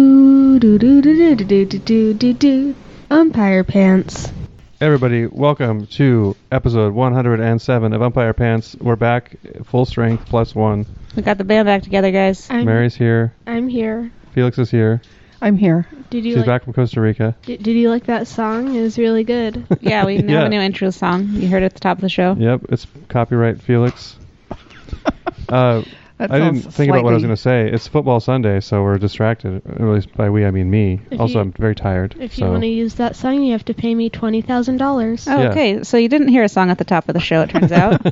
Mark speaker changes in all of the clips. Speaker 1: do do do do do do do do do. Umpire pants.
Speaker 2: Everybody, welcome to episode 107 of Umpire Pants. We're back, full strength, plus one.
Speaker 1: Mm-hmm.
Speaker 3: We got the band back together, guys.
Speaker 1: I'm
Speaker 2: Mary's here.
Speaker 1: I'm here.
Speaker 2: Felix is here.
Speaker 4: I'm here.
Speaker 1: Did you
Speaker 2: She's
Speaker 1: like,
Speaker 2: back from Costa Rica.
Speaker 1: Did, did you like that song? It was really good.
Speaker 3: Yeah, we have
Speaker 2: Yeah.
Speaker 3: a new intro song. You heard it at the top of the show.
Speaker 2: Yep, it's copyright Felix. Uh,
Speaker 4: That
Speaker 2: I didn't
Speaker 4: sounds
Speaker 2: think about what I was
Speaker 4: slightly-
Speaker 2: going to say. It's football Sunday, so we're distracted. At least by we, I mean me.
Speaker 1: If
Speaker 2: also,
Speaker 1: you-
Speaker 2: I'm very tired.
Speaker 1: If you
Speaker 2: so.
Speaker 1: want to use that song, you have to pay me twenty thousand dollars.
Speaker 3: Oh,
Speaker 2: Yeah.
Speaker 3: okay. So you didn't hear a song at the top of the show, it turns out.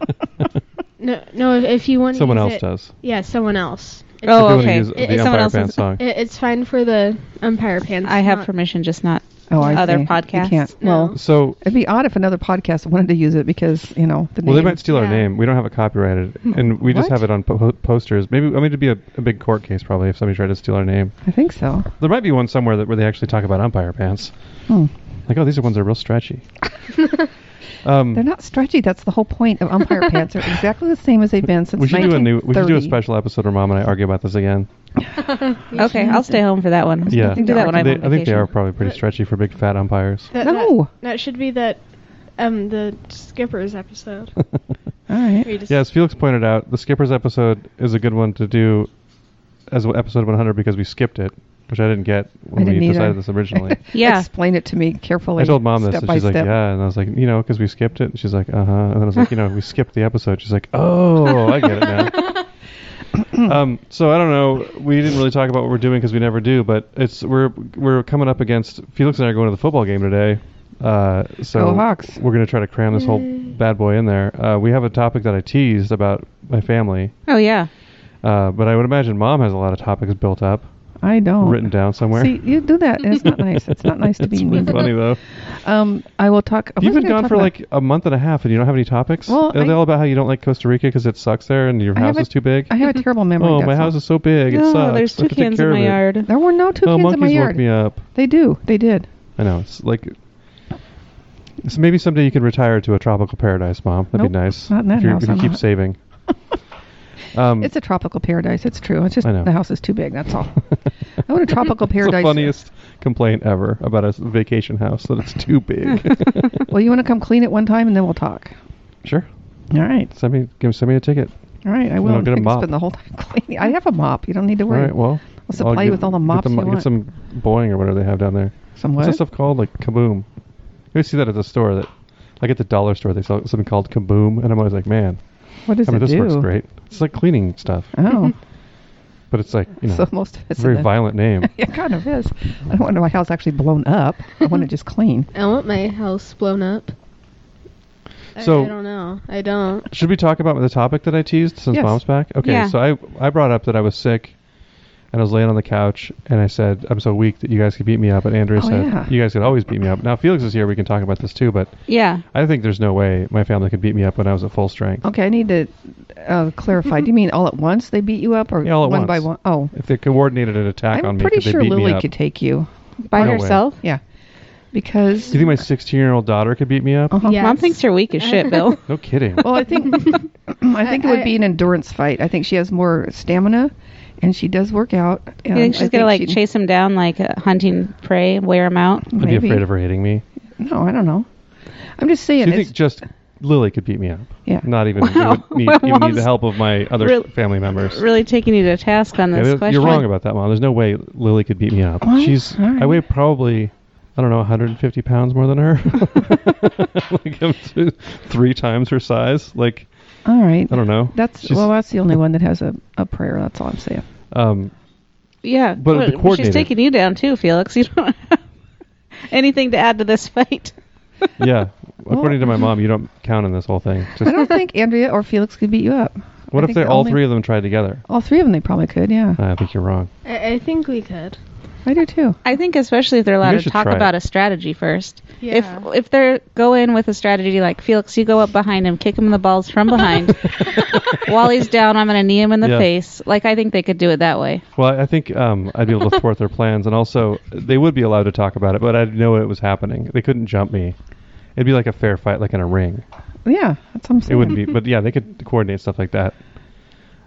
Speaker 1: No, no. If, if you want to
Speaker 2: Someone
Speaker 1: use
Speaker 2: else
Speaker 1: it,
Speaker 2: does.
Speaker 1: Yeah, someone else. It's,
Speaker 2: If
Speaker 3: Oh,
Speaker 2: you wanna
Speaker 3: okay.
Speaker 2: use
Speaker 3: It-
Speaker 2: the
Speaker 3: it's
Speaker 2: Umpire
Speaker 3: someone else's-
Speaker 2: Pants song.
Speaker 1: it- it's fine for the umpire pants.
Speaker 3: I have
Speaker 1: not-
Speaker 3: permission, just not.
Speaker 4: Oh, I
Speaker 3: Other
Speaker 4: see. You
Speaker 3: podcasts?
Speaker 4: can't.
Speaker 1: No.
Speaker 4: Well,
Speaker 2: So,
Speaker 4: it'd be odd if another podcast wanted to use it because you know the
Speaker 2: well, they
Speaker 4: name. Hmm.
Speaker 2: might steal our
Speaker 1: Yeah.
Speaker 2: name. We don't have it copyrighted, and we just
Speaker 4: What?
Speaker 2: have it on po- posters. Maybe I mean it'd be a, a big court case probably if somebody tried to steal our name.
Speaker 4: I think so.
Speaker 2: There might be one somewhere that where they actually talk about umpire pants.
Speaker 4: Hmm.
Speaker 2: Like, oh, these are ones that are real stretchy. um,
Speaker 4: They're not stretchy. That's the whole point of umpire pants. They're exactly the same as they've been since
Speaker 2: we should do a new. We should do a
Speaker 4: 1930.
Speaker 2: special episode where Mom and I argue about this again.
Speaker 3: Okay, I'll stay home for that one.
Speaker 2: Yeah,
Speaker 3: I can do that when I'm
Speaker 2: They-
Speaker 3: on
Speaker 2: I think they
Speaker 3: vacation.
Speaker 2: are probably pretty stretchy for big fat umpires.
Speaker 1: That,
Speaker 4: No.
Speaker 1: That, that should be that. Um, the skippers episode.
Speaker 4: All right.
Speaker 1: We just-
Speaker 2: Yeah, as Felix pointed out, the skippers episode is a good one to do as a- episode 100 because we skipped it, which I didn't get when
Speaker 4: I didn't
Speaker 2: we
Speaker 4: either.
Speaker 2: decided this originally.
Speaker 3: Yeah.
Speaker 4: Explain it to me carefully.
Speaker 2: I told mom this,
Speaker 4: step
Speaker 2: and
Speaker 4: by
Speaker 2: she's like,
Speaker 4: step.
Speaker 2: "Yeah," and I was like, "You know, because we skipped it." And she's like, "Uh huh," and then I was like, "You know, we skipped the episode." She's like, "Oh, I get it now." um, so I don't know. We didn't really talk about what we're doing because we never do, but it's we're we're coming up against Felix and I are going to the football game today. Uh, so
Speaker 4: Go Hawks.
Speaker 2: we're gonna try to cram this whole bad boy in there. Uh, we have a topic that I teased about my family,
Speaker 3: Oh, yeah.
Speaker 2: uh, but I would imagine mom has a lot of topics built up,
Speaker 4: I don't.
Speaker 2: written down somewhere.
Speaker 4: See, you do that, and it's not nice. It's not nice to be
Speaker 2: it's
Speaker 4: mean.
Speaker 2: really funny though.
Speaker 4: Um, I will talk. I
Speaker 2: You've
Speaker 4: wasn't
Speaker 2: been
Speaker 4: gonna
Speaker 2: gone
Speaker 4: talk
Speaker 2: for
Speaker 4: about-
Speaker 2: like a month and a half, and you don't have any topics.
Speaker 4: Well,
Speaker 2: Are they
Speaker 4: I-
Speaker 2: all about how you don't like Costa Rica because it sucks there and your
Speaker 4: I
Speaker 2: house
Speaker 4: have
Speaker 2: is
Speaker 4: a-
Speaker 2: too big?
Speaker 4: I have a terrible memory.
Speaker 2: oh,
Speaker 4: that's
Speaker 2: my house
Speaker 4: all.
Speaker 2: is so big. It
Speaker 3: oh,
Speaker 2: sucks.
Speaker 3: the's
Speaker 2: I have to take
Speaker 3: toucans
Speaker 2: care
Speaker 3: in
Speaker 2: of
Speaker 3: my
Speaker 2: it.
Speaker 3: yard.
Speaker 4: There were no two
Speaker 2: Oh,
Speaker 4: kids in my
Speaker 2: monkeys woke
Speaker 4: yard.
Speaker 2: me up.
Speaker 4: They do. They did.
Speaker 2: I know. It's like. So maybe someday you can retire to a tropical paradise, Mom. That'd
Speaker 4: Nope,
Speaker 2: be nice.
Speaker 4: not in that
Speaker 2: if, you're-
Speaker 4: house,
Speaker 2: if you
Speaker 4: I'm
Speaker 2: keep
Speaker 4: not.
Speaker 2: saving. Um,
Speaker 4: It's a tropical paradise. It's true. It's just
Speaker 2: I know.
Speaker 4: the house is too big. That's all. I want a tropical
Speaker 2: it's the
Speaker 4: paradise.
Speaker 2: funniest complaint ever about a s- vacation house that it's too big.
Speaker 4: Well, you want to come clean it one time and then we'll talk.
Speaker 2: sure.
Speaker 4: All right.
Speaker 2: Send me, give, send me a ticket.
Speaker 4: All right. I
Speaker 2: Then
Speaker 4: will.
Speaker 2: I'll get a
Speaker 4: I can
Speaker 2: mop.
Speaker 4: Spend the whole time cleaning. I have a mop. You don't need to
Speaker 2: All
Speaker 4: worry.
Speaker 2: right. Well,
Speaker 4: I'll supply you
Speaker 2: get-
Speaker 4: with all the
Speaker 2: get
Speaker 4: mops
Speaker 2: mo-
Speaker 4: you want.
Speaker 2: Get some Boeing or whatever they have down there.
Speaker 4: some
Speaker 2: What's
Speaker 4: what?
Speaker 2: that stuff called? Like kaboom. You see that at the store that, like at the dollar store, they sell something called kaboom, and I'm always like, man,
Speaker 4: What does
Speaker 2: I mean,
Speaker 4: it
Speaker 2: this
Speaker 4: do?
Speaker 2: works great. It's like cleaning stuff,
Speaker 4: Oh,
Speaker 2: but it's like you know,
Speaker 4: so most of it's
Speaker 2: very
Speaker 4: in the-
Speaker 2: violent name.
Speaker 4: It kind of is. I don't want my house actually blown up. I want it just clean.
Speaker 1: I want my house blown up. I-
Speaker 2: So-
Speaker 1: I don't know. I don't.
Speaker 2: Should we talk about the topic that I teased since
Speaker 4: Yes.
Speaker 2: mom's back? Okay,
Speaker 3: Yeah.
Speaker 2: so I I brought up that I was sick, and I was laying on the couch, and I said I'm so weak that you guys could beat me up, and Andrea
Speaker 4: Oh,
Speaker 2: said
Speaker 4: yeah.
Speaker 2: you guys could always beat me up. Now Felix is here, we can talk about this too, but
Speaker 3: Yeah.
Speaker 2: I think there's no way my family could beat me up when I was at full strength.
Speaker 4: Okay, I need to uh, clarify. do you mean all at once they beat you up, or
Speaker 2: Yeah, all at
Speaker 4: one by
Speaker 2: once.
Speaker 4: one? Oh,
Speaker 2: If they coordinated an attack on
Speaker 4: I'm
Speaker 2: me,
Speaker 4: pretty
Speaker 2: could they
Speaker 4: sure
Speaker 2: beat me
Speaker 4: Lily
Speaker 2: up?
Speaker 4: could take you.
Speaker 3: By
Speaker 2: No way.
Speaker 3: herself?
Speaker 4: Yeah, because
Speaker 2: Do you think my 16 year old daughter could beat me up?
Speaker 4: Uh-huh.
Speaker 1: Yes.
Speaker 3: Mom thinks you're weak as shit, Bill.
Speaker 2: No kidding.
Speaker 4: Well, I think I think it would be an endurance fight. I think she has more stamina, and she does work out.
Speaker 3: You
Speaker 4: And
Speaker 3: think
Speaker 4: I
Speaker 3: she's going to, like,
Speaker 4: she'd-
Speaker 3: chase him down, like, uh, hunting prey, wear him out?
Speaker 2: I'd be
Speaker 4: maybe.
Speaker 2: afraid of her hitting me.
Speaker 4: No, I don't know. I'm just saying.
Speaker 2: Do you
Speaker 4: it's-
Speaker 2: think just Lily could beat me up?
Speaker 4: Yeah.
Speaker 2: Not even, we
Speaker 3: Wow.
Speaker 2: would need,
Speaker 3: My
Speaker 2: even need
Speaker 3: mom's
Speaker 2: the help of my other
Speaker 3: really-
Speaker 2: family members.
Speaker 3: Really taking you to task on
Speaker 2: Yeah,
Speaker 3: this
Speaker 2: but
Speaker 3: question.
Speaker 2: you're wrong about that, Mom. There's no way Lily could beat me up.
Speaker 4: What?
Speaker 2: She's
Speaker 4: All right.
Speaker 2: I weigh probably I don't know 150 pounds more than her. like I'm two, three times her size. Like
Speaker 4: all right.
Speaker 2: I don't know.
Speaker 4: That's
Speaker 2: She's-
Speaker 4: well. That's the only one that has a, a prayer. That's all I'm saying.
Speaker 2: um,
Speaker 3: Yeah,
Speaker 2: But it'd be coordinated.
Speaker 3: she's taking you down too, Felix. You don't have anything to add to this fight.
Speaker 2: yeah. According to my mom, you don't count in this whole thing.
Speaker 4: I
Speaker 2: Just
Speaker 4: don't think Andrea or Felix could beat you up.
Speaker 2: what
Speaker 4: I
Speaker 2: if
Speaker 4: think
Speaker 2: they
Speaker 4: the
Speaker 2: all
Speaker 4: only-
Speaker 2: three of them tried together?
Speaker 4: All three of them, they probably could. Yeah,
Speaker 2: I think you're wrong.
Speaker 1: I, I think we could.
Speaker 4: I do too.
Speaker 3: I think especially if they're allowed
Speaker 2: guys
Speaker 3: to
Speaker 2: should
Speaker 3: talk
Speaker 2: try it.
Speaker 3: about a strategy first.
Speaker 1: Yeah.
Speaker 3: If if they go in with a strategy like Felix, you go up behind him, kick him in the balls from behind. While he's down, I'm gonna knee him in the
Speaker 2: Yeah.
Speaker 3: face. Like I think they could do it that way.
Speaker 2: Well, I think um, I'd be able to thwart their plans, and also they would be allowed to talk about it, but I'd know it was happening. They couldn't jump me. It'd be like a fair fight, like in a ring.
Speaker 4: Yeah, that's what I'm
Speaker 2: It
Speaker 4: saying.
Speaker 2: wouldn't be, but yeah, they could coordinate stuff like that.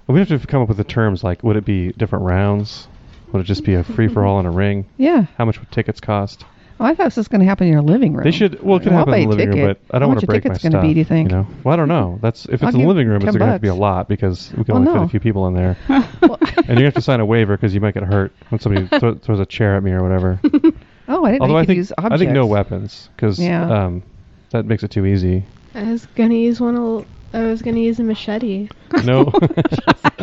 Speaker 2: We'd have to come up with the terms, like would it be different rounds? Would it just be a free for all in a ring?
Speaker 4: Yeah.
Speaker 2: How much would tickets cost?
Speaker 4: Oh, I thought this was going to happen in your living room.
Speaker 2: They should. Well, it could
Speaker 4: Well, I'll
Speaker 2: happen in the
Speaker 4: buy a
Speaker 2: living room,
Speaker 4: ticket.
Speaker 2: but I don't
Speaker 4: How
Speaker 2: want
Speaker 4: much
Speaker 2: to
Speaker 4: a
Speaker 2: break my
Speaker 4: ticket's gonna
Speaker 2: stuff.
Speaker 4: be, do you think?
Speaker 2: know? Well, I don't know. That's if it's
Speaker 4: I'll
Speaker 2: in the
Speaker 4: give
Speaker 2: living room, it's
Speaker 4: 10
Speaker 2: going to have to be a
Speaker 4: bucks.
Speaker 2: lot because we can
Speaker 4: Well,
Speaker 2: only fit
Speaker 4: no.
Speaker 2: a few people in there, and
Speaker 4: oh,
Speaker 2: you're gonna have to sign a waiver because you might get hurt when somebody thro- throws a chair at me or whatever.
Speaker 4: Oh, I didn't
Speaker 2: Although
Speaker 4: know you
Speaker 2: I
Speaker 4: could
Speaker 2: think
Speaker 4: use objects.
Speaker 2: I think no weapons because
Speaker 4: Yeah.
Speaker 2: um, that makes it too easy.
Speaker 1: I was gonna use one. Of, I was gonna use a machete.
Speaker 2: No,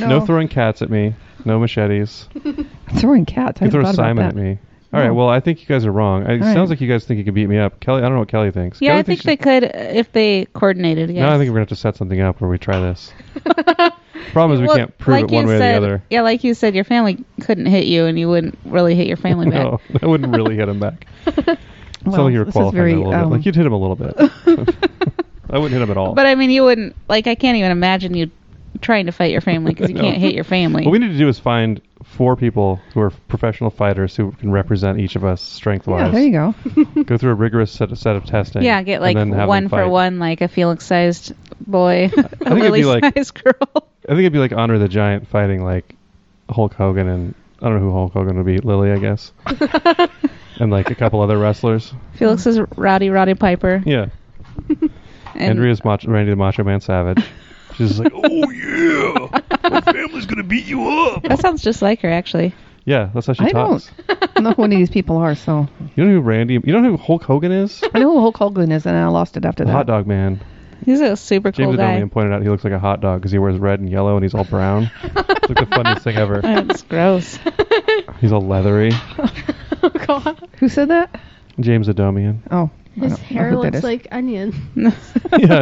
Speaker 4: No,
Speaker 2: no throwing cats at me. No machetes. You
Speaker 4: throwing cats. I
Speaker 2: can throw
Speaker 4: hadn't thought about
Speaker 2: Simon
Speaker 4: that.
Speaker 2: at me. All right.
Speaker 4: No.
Speaker 2: Well, I think you guys are wrong. It
Speaker 4: All right.
Speaker 2: sounds like you guys think you can beat me up, Kelly. I don't know what Kelly thinks.
Speaker 3: Yeah,
Speaker 2: Kelly
Speaker 3: I think
Speaker 2: thinks
Speaker 3: they could uh, if they coordinated. Yes.
Speaker 2: No, I think we're gonna have to set something up where we try this. Problem is we
Speaker 3: Well,
Speaker 2: can't prove
Speaker 3: like
Speaker 2: it one
Speaker 3: you
Speaker 2: way
Speaker 3: said,
Speaker 2: or the other.
Speaker 3: Yeah, like you said, your family couldn't hit you, and you wouldn't really hit your family back.
Speaker 2: No, that wouldn't really hit him back. Well,
Speaker 4: Well,
Speaker 2: you were
Speaker 4: this is
Speaker 2: qualifying
Speaker 4: very,
Speaker 2: that a little
Speaker 4: um,
Speaker 2: bit. Like you'd hit him a little bit. I wouldn't hit him at all.
Speaker 3: But I mean, you wouldn't like. I can't even imagine you trying to fight your family because you
Speaker 2: No.
Speaker 3: can't hit your family.
Speaker 2: what we need to do is find four people who are professional fighters who can represent each of us strength
Speaker 4: Yeah,
Speaker 2: wise.
Speaker 4: there you go.
Speaker 2: Go through a rigorous set, set of testing.
Speaker 3: yeah, get
Speaker 2: and
Speaker 3: like
Speaker 2: then have them
Speaker 3: one for
Speaker 2: fight.
Speaker 3: one, like a Felix-sized boy,
Speaker 2: it'd
Speaker 3: a
Speaker 2: be
Speaker 3: Lily-sized
Speaker 2: like-
Speaker 3: girl.
Speaker 2: I think it'd be like Honor the Giant fighting like Hulk Hogan and I don't know who Hulk Hogan would be, Lily, I guess. and like a couple other wrestlers.
Speaker 3: Felix is rowdy, rowdy Piper.
Speaker 2: Yeah. Andrea's macho, Randy the Macho Man Savage. She's just like, oh yeah, my family's gonna beat you up.
Speaker 3: That sounds just like her, actually.
Speaker 2: Yeah, that's how she
Speaker 4: I
Speaker 2: talks.
Speaker 4: I don't know who any of these people are, so
Speaker 2: You know who Randy? You know who Hulk Hogan is?
Speaker 4: I know who Hulk Hogan is, and I lost it after
Speaker 2: The
Speaker 4: that.
Speaker 2: hot dog man.
Speaker 3: He's a super
Speaker 2: James
Speaker 3: cool guy.
Speaker 2: Adonian pointed out he looks like a hot dog because he wears red and yellow and he's all brown. it's like the funniest thing ever.
Speaker 3: That's gross.
Speaker 2: He's all leathery.
Speaker 1: Oh God,
Speaker 4: Who said that?
Speaker 2: James Adomian.
Speaker 4: Oh, I
Speaker 1: his
Speaker 4: don't know
Speaker 1: hair
Speaker 4: who that
Speaker 1: looks
Speaker 4: is.
Speaker 1: like onion.
Speaker 2: yeah,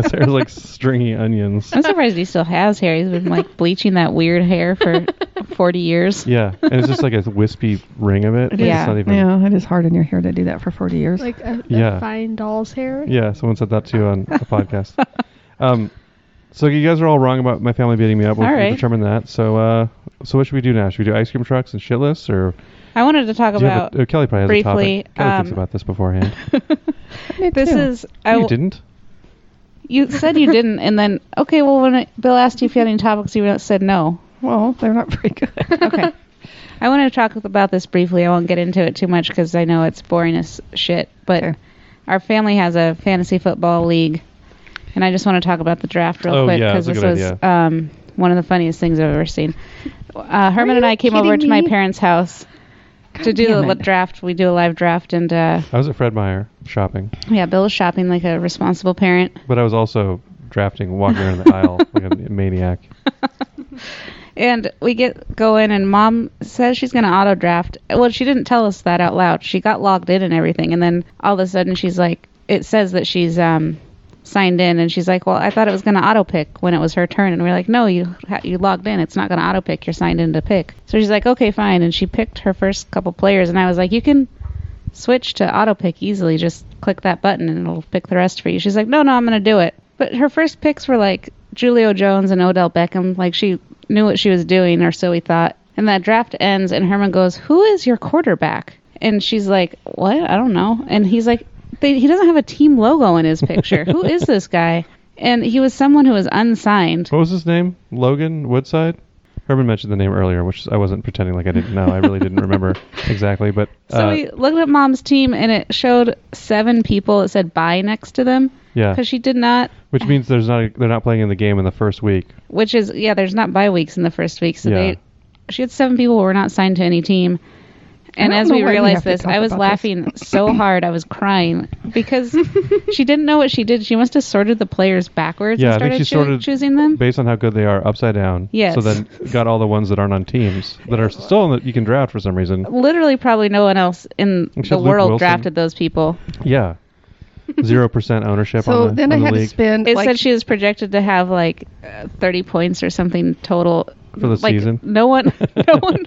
Speaker 2: his hair's like stringy onions.
Speaker 3: I'm surprised he still has hair. He's been like bleaching that weird hair for 40 years.
Speaker 2: Yeah, and it's just like a wispy ring of it. Like
Speaker 3: Yeah.
Speaker 2: It's not even,
Speaker 4: Yeah, it is hard in your hair to do that for 40 years.
Speaker 1: Like a, a
Speaker 2: Yeah.
Speaker 1: fine doll's hair.
Speaker 2: Yeah, someone said that too on a podcast. Um, so you guys are all wrong about my family beating me up. We'll,
Speaker 3: All
Speaker 2: we'll
Speaker 3: right.
Speaker 2: determine that. So, uh, so what should we do now? Should we do ice cream trucks and shit lists, or
Speaker 3: I wanted to talk
Speaker 2: do you have
Speaker 3: about
Speaker 2: a, uh, Kelly probably has a
Speaker 3: briefly,
Speaker 2: topic. Kelly thinks
Speaker 3: um,
Speaker 2: about this beforehand.
Speaker 4: Me
Speaker 3: this
Speaker 4: too.
Speaker 3: is I
Speaker 2: you
Speaker 3: w-
Speaker 2: didn't.
Speaker 3: you said you didn't and then okay well when I, Bill asked you if you had any topics you said no.
Speaker 4: Well, they're not very good.
Speaker 3: Okay. I want to talk about this briefly. I won't get into it too much because I know it's boring as shit. But
Speaker 4: Sure.
Speaker 3: our family has a fantasy football league, and I just want to talk about the draft real
Speaker 2: Oh,
Speaker 3: quick
Speaker 2: yeah, that's a
Speaker 3: this
Speaker 2: good
Speaker 3: was
Speaker 2: idea.
Speaker 3: um, one of the funniest things I've ever seen. Uh, Herman
Speaker 4: you
Speaker 3: and I came over
Speaker 4: kidding
Speaker 3: to my
Speaker 4: me?
Speaker 3: parents' house to
Speaker 4: God
Speaker 3: do
Speaker 4: damn
Speaker 3: the
Speaker 4: it.
Speaker 3: draft. We do a live draft, and uh,
Speaker 2: I was at Fred Meyer shopping,
Speaker 3: yeah, Bill was shopping like a responsible parent.
Speaker 2: but I was also drafting, walking around the aisle like a maniac.
Speaker 3: And we get going, and mom says she's going to auto draft. Well, she didn't tell us that out loud. She got logged in and everything. And then all of a sudden, she's like, it says that she's um, signed in. And she's like, well, I thought it was going to auto pick when it was her turn. And we're like, no, you, ha- you logged in. It's not going to auto pick. You're signed in to pick. So she's like, okay, fine. And she picked her first couple players. And I was like, you can switch to auto pick easily. Just click that button and it'll pick the rest for you. She's like, no, no, I'm going to do it. But her first picks were like Julio Jones and Odell Beckham. Like she knew what she was doing, or so we thought. And that draft ends, and Herman goes, who is your quarterback? And she's like, what? I don't know. And he's like, they, he doesn't have a team logo in his picture. who is this guy? And he was someone who was unsigned.
Speaker 2: What was his name? Logan Woodside. Herman mentioned the name earlier, which I wasn't pretending like I didn't know. I really didn't remember exactly, but
Speaker 3: So
Speaker 2: uh,
Speaker 3: we looked at mom's team, and it showed seven people. It said bye next to them
Speaker 2: yeah,
Speaker 3: because she did not
Speaker 2: which means there's not a, they're not playing in the game in the first week.
Speaker 3: which is yeah there's not bye weeks in the first week so
Speaker 2: Yeah.
Speaker 3: they she had seven people who were not signed to any team and
Speaker 4: I don't
Speaker 3: as
Speaker 4: know
Speaker 3: we
Speaker 4: why we
Speaker 3: realized
Speaker 4: have to
Speaker 3: this
Speaker 4: talk
Speaker 3: i was
Speaker 4: about this.
Speaker 3: laughing so hard i was crying because she didn't know what she did she must have sorted the players backwards
Speaker 2: Yeah,
Speaker 3: and
Speaker 2: I think
Speaker 3: started,
Speaker 2: she
Speaker 3: choo-
Speaker 2: sorted
Speaker 3: choosing them
Speaker 2: based on how good they are upside down.
Speaker 3: Um, Yes.
Speaker 2: So then got all the ones that aren't on teams that are still in the, you can draft for some reason.
Speaker 3: literally probably no one else in
Speaker 2: Except
Speaker 3: the
Speaker 2: Luke
Speaker 3: world
Speaker 2: Wilson.
Speaker 3: drafted those people
Speaker 2: Yeah. Zero percent ownership
Speaker 4: so
Speaker 2: on the,
Speaker 4: then
Speaker 2: on
Speaker 4: I
Speaker 2: the
Speaker 4: had
Speaker 2: league.
Speaker 4: to spend
Speaker 3: it
Speaker 4: like
Speaker 3: said she was projected to have like uh, 30 points or something total
Speaker 2: For the
Speaker 3: like,
Speaker 2: season?
Speaker 3: no one no one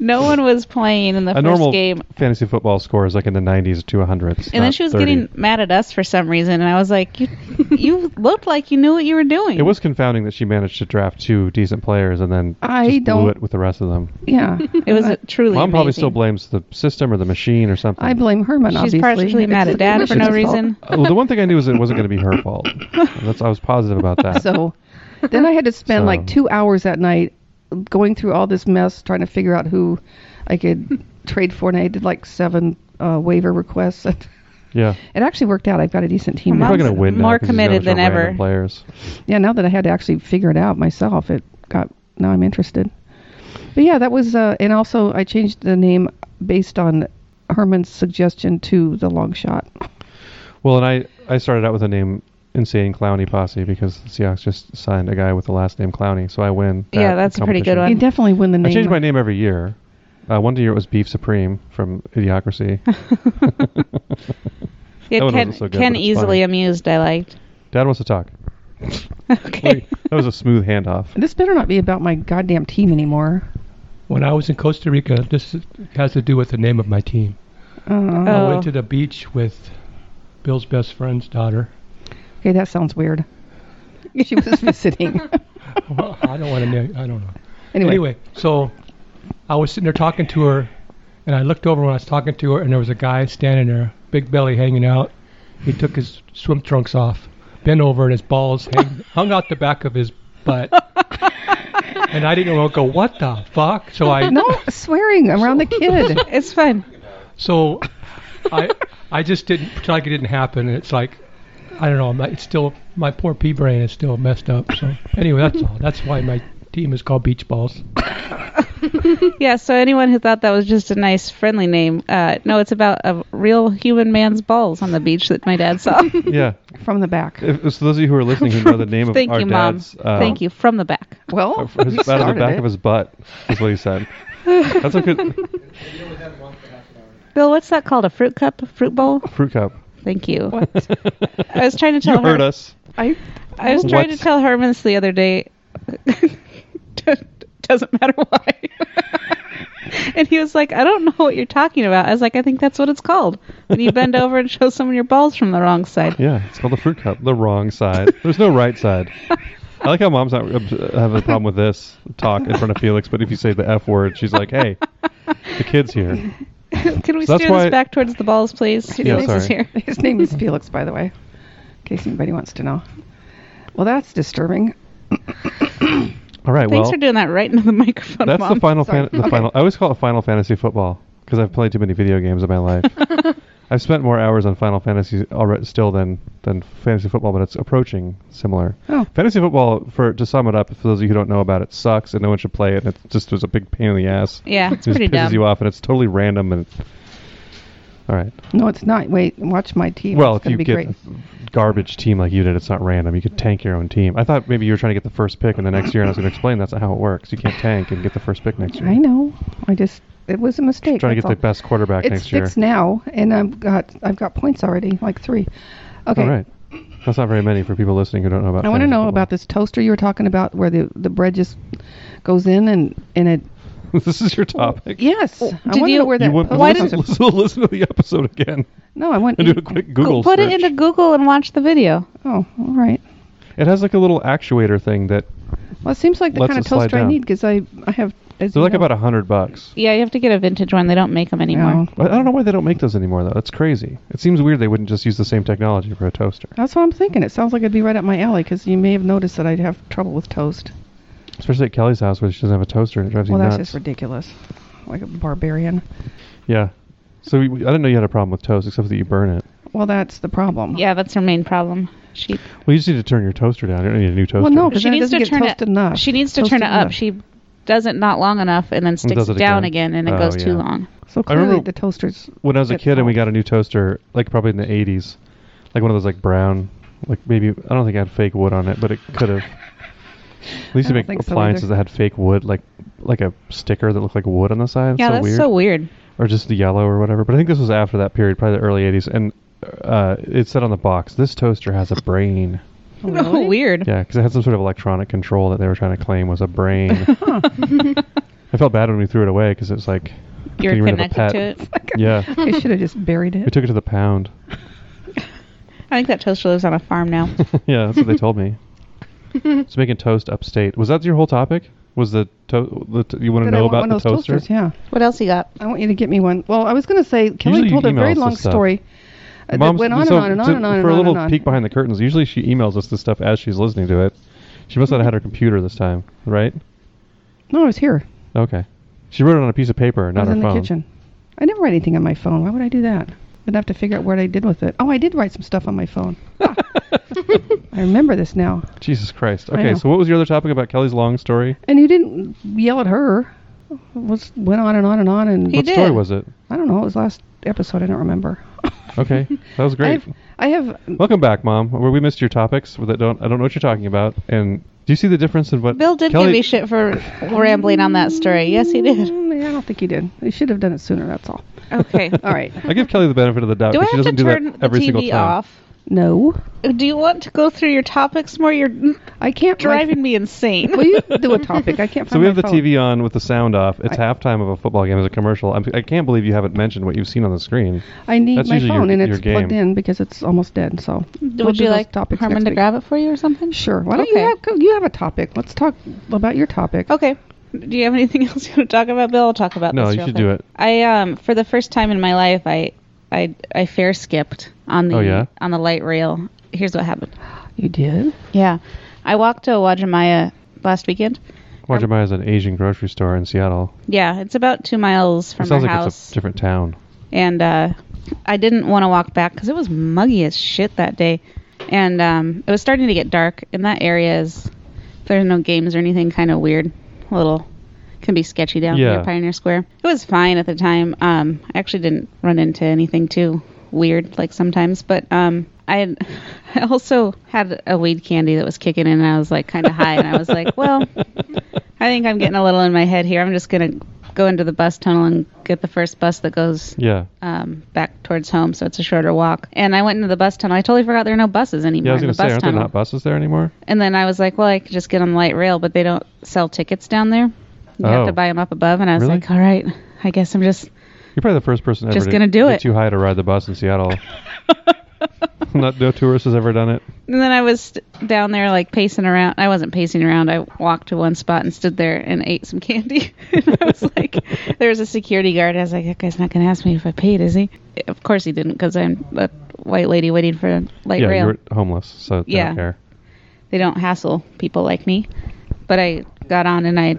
Speaker 3: no one was playing in the
Speaker 2: a
Speaker 3: first
Speaker 2: normal
Speaker 3: game
Speaker 2: fantasy football score is like in the 90s to 100s.
Speaker 3: And then
Speaker 2: not
Speaker 3: she was
Speaker 2: 30.
Speaker 3: getting mad at us for some reason, and I was like, "You, you looked like you knew what you were doing."
Speaker 2: It was confounding that she managed to draft two decent players and then
Speaker 4: I
Speaker 2: just blew
Speaker 4: don't-
Speaker 2: it with the rest of them.
Speaker 4: yeah.
Speaker 3: It was uh, truly.
Speaker 2: Mom probably
Speaker 3: amazing.
Speaker 2: still blames the system or the machine or something.
Speaker 4: I blame Herman.
Speaker 3: She's
Speaker 4: obviously.
Speaker 3: partially mad
Speaker 4: It's
Speaker 3: at Dad for no
Speaker 4: Herman's fault.
Speaker 3: reason.
Speaker 2: Uh, well, the one thing I knew was it wasn't going to be her fault. That's I was positive about that.
Speaker 4: So then I had to spend
Speaker 2: So-
Speaker 4: like two hours that night going through all this mess trying to figure out who I could trade for, and I did like seven uh, waiver requests. it
Speaker 2: Yeah.
Speaker 4: actually worked out. I've got a decent
Speaker 3: Your
Speaker 4: team.
Speaker 2: You're
Speaker 4: Now.
Speaker 3: mom's
Speaker 2: probably gonna win now
Speaker 3: more
Speaker 2: 'cause there's
Speaker 3: committed
Speaker 2: no
Speaker 3: than
Speaker 2: random
Speaker 3: ever.
Speaker 2: Players.
Speaker 4: Yeah, now that I had to actually figure it out myself, it got now I'm interested. But yeah, that was uh, and also I changed the name based on Herman's suggestion to the long shot.
Speaker 2: Well, and I I started out with the name Insane Clowny Posse because the Seahawks just signed a guy with the last name Clowny, so I win. that
Speaker 3: Yeah, that's a pretty good
Speaker 2: competition.
Speaker 3: one.
Speaker 4: You definitely win the name.
Speaker 2: I change my name every year. Uh, one year it was Beef Supreme from Idiocracy. That
Speaker 3: Yeah,
Speaker 2: one
Speaker 3: Ken,
Speaker 2: wasn't so good,
Speaker 3: Ken
Speaker 2: but it's
Speaker 3: easily
Speaker 2: funny.
Speaker 3: amused. I liked.
Speaker 2: Dad wants to talk.
Speaker 3: Okay.
Speaker 2: Wait, that was a smooth handoff.
Speaker 4: This better not be about my goddamn team anymore.
Speaker 5: When I was in Costa Rica, this has to do with the name of my team.
Speaker 4: Uh,
Speaker 5: I
Speaker 3: Oh.
Speaker 5: went to the beach with Bill's best friend's daughter.
Speaker 4: Oh, Okay, that sounds weird. She was visiting.
Speaker 5: Well, I don't want to name. I don't know.
Speaker 4: anyway,
Speaker 5: Anyway, so I was sitting there talking to her, and I looked over when I was talking to her, and there was a guy standing there, big belly hanging out. He took his swim trunks off, bent over, and his balls hang, hung out the back of his butt. and I didn't want to go, what the fuck? So I
Speaker 4: no swearing around the kid.
Speaker 3: It's fun.
Speaker 5: So I I just didn't pretend like it didn't happen. And it's like I don't know. I'm not, it's still my poor pea brain is still messed up. So anyway, that's all. That's why my team is called Beach Balls.
Speaker 3: Yeah. So anyone who thought that was just a nice friendly name, uh, no, it's about a real human man's balls on the beach that my dad saw.
Speaker 2: Yeah.
Speaker 4: From the back.
Speaker 2: If, so those of you who are listening who know the name of
Speaker 3: Thank
Speaker 2: our
Speaker 3: you, mom.
Speaker 2: dad's, uh,
Speaker 3: Thank you from the back.
Speaker 4: Well,
Speaker 2: His,
Speaker 4: you
Speaker 2: out of
Speaker 4: started
Speaker 2: the back
Speaker 4: it.
Speaker 2: of his butt is what he said. That's a good
Speaker 3: Bill, what's that called? A fruit cup? A fruit bowl?
Speaker 2: fruit cup.
Speaker 3: Thank you.
Speaker 4: What?
Speaker 3: I was trying to
Speaker 2: You
Speaker 3: tell her.
Speaker 2: heard us.
Speaker 4: I
Speaker 3: I was trying
Speaker 2: What's-
Speaker 3: to tell Herman's the other day. Doesn't matter why. and he was like, "I don't know what you're talking about." I was like, "I think that's what it's called when you bend over and show someone your balls from the wrong side."
Speaker 2: Yeah, it's called the fruit cup. The wrong side. There's no right side. I like how mom's not uh, having a problem with this talk in front of Felix, but if you say the F word, she's like, hey, the kid's here.
Speaker 3: Can we
Speaker 2: So that's
Speaker 3: steer
Speaker 2: why-
Speaker 3: this back towards the balls, please? Felix is
Speaker 2: sorry.
Speaker 3: here.
Speaker 4: his name is Felix, by the way, in case anybody wants to know. Well, that's disturbing.
Speaker 2: All right,
Speaker 3: Thanks
Speaker 2: well,
Speaker 3: for doing that right into the microphone,
Speaker 2: that's
Speaker 3: Mom.
Speaker 2: the final. Fan-
Speaker 4: Sorry.
Speaker 2: the
Speaker 4: Okay.
Speaker 2: final. I always call it Final Fantasy football because I've played too many video games in my life. I've spent more hours on Final Fantasy already still than than fantasy football, but it's approaching similar.
Speaker 4: Oh.
Speaker 2: Fantasy football, for to sum it up, for those of you who don't know about it, sucks and no one should play it. And it just was a big pain in the ass.
Speaker 3: Yeah, it's
Speaker 2: it just
Speaker 3: pretty
Speaker 2: pisses
Speaker 3: dumb.
Speaker 2: you off, and it's totally random. And all right,
Speaker 4: No, it's not. Wait, watch my team.
Speaker 2: well,
Speaker 4: it's
Speaker 2: if
Speaker 4: gonna
Speaker 2: you
Speaker 4: be
Speaker 2: get
Speaker 4: great.
Speaker 2: a garbage team like you did, it's not random. You could tank your own team. I thought maybe you were trying to get the first pick in the next year, and I was going to explain that's not how it works. You can't tank and get the first pick next year.
Speaker 4: I know. I just it was a mistake.
Speaker 2: Trying to
Speaker 4: that's
Speaker 2: get the
Speaker 4: all.
Speaker 2: best quarterback
Speaker 4: It's
Speaker 2: next year.
Speaker 4: fixed now, and I've got I've got points already, like three. Okay.
Speaker 2: All right. That's not very many for people listening who don't know about.
Speaker 4: I want to
Speaker 2: fantasy
Speaker 4: know
Speaker 2: football.
Speaker 4: about this toaster you were talking about, where the the bread just goes in and and it. Oh,
Speaker 2: this is your topic.
Speaker 4: Yes. I
Speaker 3: did
Speaker 4: want to
Speaker 3: you-
Speaker 4: know where that.
Speaker 2: You went,
Speaker 4: post-
Speaker 3: why
Speaker 2: listen,
Speaker 3: didn't-
Speaker 2: listen, listen to the episode again
Speaker 4: no, I went.
Speaker 2: and do a quick Google
Speaker 3: Put
Speaker 2: search.
Speaker 3: it into Google and watch the video.
Speaker 4: oh, all right.
Speaker 2: It has like a little actuator thing that
Speaker 4: Well, it seems like the
Speaker 2: Lets
Speaker 4: kind of
Speaker 2: it slide
Speaker 4: toaster I
Speaker 2: down.
Speaker 4: need because I I have. as
Speaker 2: they're
Speaker 4: you
Speaker 2: like
Speaker 4: know-
Speaker 2: about a hundred bucks.
Speaker 3: Yeah, you have to get a vintage one. They don't make them anymore.
Speaker 4: No.
Speaker 2: I I don't know why they don't make those anymore though. That's crazy. It seems weird they wouldn't just use the same technology for a toaster,
Speaker 4: That's what I'm thinking. It sounds like it'd be right up my alley because you may have noticed that I'd have trouble with toast.
Speaker 2: especially at Kelly's house where she doesn't have a toaster. and It drives
Speaker 4: Well,
Speaker 2: you
Speaker 4: that's
Speaker 2: nuts.
Speaker 4: just ridiculous. Like a barbarian.
Speaker 2: yeah. So we, we- I didn't know you had a problem with toast except that you burn it.
Speaker 4: Well, that's the problem.
Speaker 3: Yeah, that's her main problem. She
Speaker 2: Well, you just need to turn your toaster down. You don't need a new toaster.
Speaker 4: Well, no, because
Speaker 3: she
Speaker 4: then it
Speaker 3: needs
Speaker 4: doesn't
Speaker 3: to
Speaker 4: get
Speaker 3: turn it
Speaker 4: toasted enough.
Speaker 3: She needs to
Speaker 4: Toasted
Speaker 3: turn it up.
Speaker 4: enough.
Speaker 3: She does it not long enough and then sticks
Speaker 2: does
Speaker 3: it,
Speaker 2: it
Speaker 3: down
Speaker 2: again.
Speaker 3: again, and it
Speaker 2: Oh,
Speaker 3: goes too
Speaker 2: yeah.
Speaker 3: long.
Speaker 4: so
Speaker 2: I remember-
Speaker 4: clearly the toaster's.
Speaker 2: when I was a
Speaker 4: It's
Speaker 2: kid and we
Speaker 4: old.
Speaker 2: got a new toaster, like probably in the 80s, like one of those like brown, like maybe I don't think it had fake wood on it, but it could have. We used to
Speaker 4: I don't
Speaker 2: make
Speaker 4: think so
Speaker 2: appliances
Speaker 4: either.
Speaker 2: that had fake wood, like like a sticker that looked like wood on the side.
Speaker 3: yeah,
Speaker 2: so
Speaker 3: that's
Speaker 2: weird.
Speaker 3: so weird.
Speaker 2: Or just the yellow or whatever. But I think this was after that period, probably the early 80s, and uh, it said on the box, "This toaster has a brain."
Speaker 4: Oh,
Speaker 3: Oh, weird.
Speaker 2: Yeah, because it had some sort of electronic control that they were trying to claim was a brain. I felt bad when we threw it away because it was like
Speaker 3: You're
Speaker 2: getting rid of a
Speaker 3: connected to
Speaker 2: pet.
Speaker 3: it.
Speaker 2: yeah,
Speaker 4: I should have just buried
Speaker 2: we
Speaker 4: it.
Speaker 2: took it to the pound.
Speaker 3: I think that toaster lives on a farm now.
Speaker 2: yeah, that's what they told me. It's making toast upstate. Was that your whole topic? Was the to- the t- you want to
Speaker 4: That I
Speaker 2: know
Speaker 4: want
Speaker 2: about
Speaker 4: one
Speaker 2: the
Speaker 4: of those
Speaker 2: toaster?
Speaker 4: toasters. Yeah.
Speaker 3: what else you got?
Speaker 4: I want you to get me one. Well, I was going to say Kelly
Speaker 2: Usually you
Speaker 4: told a
Speaker 2: email
Speaker 4: very
Speaker 2: us
Speaker 4: long
Speaker 2: this stuff.
Speaker 4: story uh, that
Speaker 2: Mom's-
Speaker 4: went on
Speaker 2: so
Speaker 4: and on and on
Speaker 2: to-
Speaker 4: and on and
Speaker 2: For
Speaker 4: on
Speaker 2: a little
Speaker 4: and on.
Speaker 2: peek behind the curtains, usually she emails us this stuff as she's listening to it. She must not have had her computer this time, right?
Speaker 4: No, I was here.
Speaker 2: Okay. She wrote it on a piece of paper,
Speaker 4: I
Speaker 2: not
Speaker 4: was
Speaker 2: her
Speaker 4: in
Speaker 2: phone.
Speaker 4: the kitchen. I never write anything on my phone. Why would I do that? I'd have to figure out what I did with it. Oh, I did write some stuff on my phone. Ah. I remember this now.
Speaker 2: Jesus Christ.
Speaker 4: I
Speaker 2: Okay,
Speaker 4: know.
Speaker 2: so what was your other topic about Kelly's long story?
Speaker 4: And you didn't yell at her. It Was went on and on and on and
Speaker 3: He
Speaker 2: what
Speaker 3: did.
Speaker 2: story was it?
Speaker 4: I don't know. It was last episode. I don't remember.
Speaker 2: Okay, that was
Speaker 4: I
Speaker 2: great.
Speaker 4: have, I have.
Speaker 2: Welcome back, Mom. Where we missed your topics that don't I don't know what you're talking about. And do you see the difference in what
Speaker 3: Bill did
Speaker 2: Kelly,
Speaker 3: give me shit for rambling on that story. Yes, he did.
Speaker 4: Mm, yeah, I don't think you did. You should have done it sooner. That's all.
Speaker 3: Okay.
Speaker 4: All right.
Speaker 2: I give Kelly the benefit of the doubt
Speaker 3: Do I
Speaker 2: because Uh, she
Speaker 3: have to
Speaker 2: doesn't do
Speaker 3: turn
Speaker 2: that
Speaker 3: the
Speaker 2: every single
Speaker 3: TV
Speaker 2: time.
Speaker 3: off?
Speaker 4: No,
Speaker 3: Do you want to go through your topics more? You're
Speaker 4: I can't.
Speaker 3: driving me insane.
Speaker 4: Will you do a topic? I can't. Find
Speaker 2: So we
Speaker 4: my
Speaker 2: have the
Speaker 4: phone.
Speaker 2: TV on with the sound off. It's halftime of a football game as a commercial. I'm, I can't believe you haven't mentioned what you've seen on the screen.
Speaker 4: I need
Speaker 2: That's
Speaker 4: my
Speaker 2: usually your-
Speaker 4: phone, and
Speaker 2: your
Speaker 4: it's
Speaker 2: game.
Speaker 4: plugged in because it's almost dead. So
Speaker 3: Would
Speaker 4: we'll do
Speaker 3: you
Speaker 4: those
Speaker 3: like
Speaker 4: topics
Speaker 3: Herman
Speaker 4: next
Speaker 3: to
Speaker 4: week.
Speaker 3: grab it for you or something?
Speaker 4: Sure. Why don't Oh.
Speaker 3: Okay.
Speaker 4: you have go- you have a topic? Let's talk about your topic.
Speaker 3: Okay. Do you have anything else you want to talk about, Bill? I'll talk about
Speaker 2: No,
Speaker 3: this.
Speaker 2: you
Speaker 3: Oh, real
Speaker 2: should
Speaker 3: quick.
Speaker 2: do it.
Speaker 3: I um for the first time in my life, I I I fair skipped on the
Speaker 2: Oh, yeah?
Speaker 3: on the light rail. Here's what happened.
Speaker 4: You did.
Speaker 3: Yeah, I walked to Wajimaya last weekend. Um,
Speaker 2: Wajimaya is an Asian grocery store in Seattle.
Speaker 3: Yeah, it's about two miles from
Speaker 2: it sounds
Speaker 3: our
Speaker 2: like it's
Speaker 3: house,
Speaker 2: a different town.
Speaker 3: and uh, I didn't want to walk back because it was muggy as shit that day, and um, it was starting to get dark. And that area is if there's no games or anything kind of weird, a little can be sketchy down
Speaker 2: Yeah.
Speaker 3: near Pioneer Square. It was fine at the time. Um, I actually didn't run into anything too weird like sometimes, but um, I had, I also had a weed candy that was kicking in, and I was like kind of high, and I was like, well. I think I'm getting a little in my head here. I'm just gonna go into the bus tunnel and get the first bus that goes
Speaker 2: Yeah.
Speaker 3: um, back towards home, so it's a shorter walk. And I went into the bus tunnel. I totally forgot there are no buses anymore
Speaker 2: Yeah, I was
Speaker 3: in
Speaker 2: going
Speaker 3: the
Speaker 2: to say,
Speaker 3: bus
Speaker 2: aren't there
Speaker 3: tunnel.
Speaker 2: not buses there anymore?
Speaker 3: and then I was like, well, I could just get on the light rail, but they don't sell tickets down there. You
Speaker 2: Oh.
Speaker 3: have to buy them up above. And I was
Speaker 2: Really?
Speaker 3: like, all right, I guess I'm just
Speaker 2: You're probably the first person ever
Speaker 3: Just
Speaker 2: to
Speaker 3: gonna do
Speaker 2: get
Speaker 3: it.
Speaker 2: too high to ride the bus in Seattle. Not no tourist has ever done it.
Speaker 3: And then I was st- down there like pacing around. I wasn't pacing around. I walked to one spot and stood there and ate some candy. and I was like, there was a security guard. I was like, that guy's not going to ask me if I paid, is he? Of course he didn't because I'm a white lady waiting for a light
Speaker 2: yeah,
Speaker 3: rail.
Speaker 2: you're homeless, so they
Speaker 3: Yeah.
Speaker 2: don't care.
Speaker 3: They don't hassle people like me. But I got on and I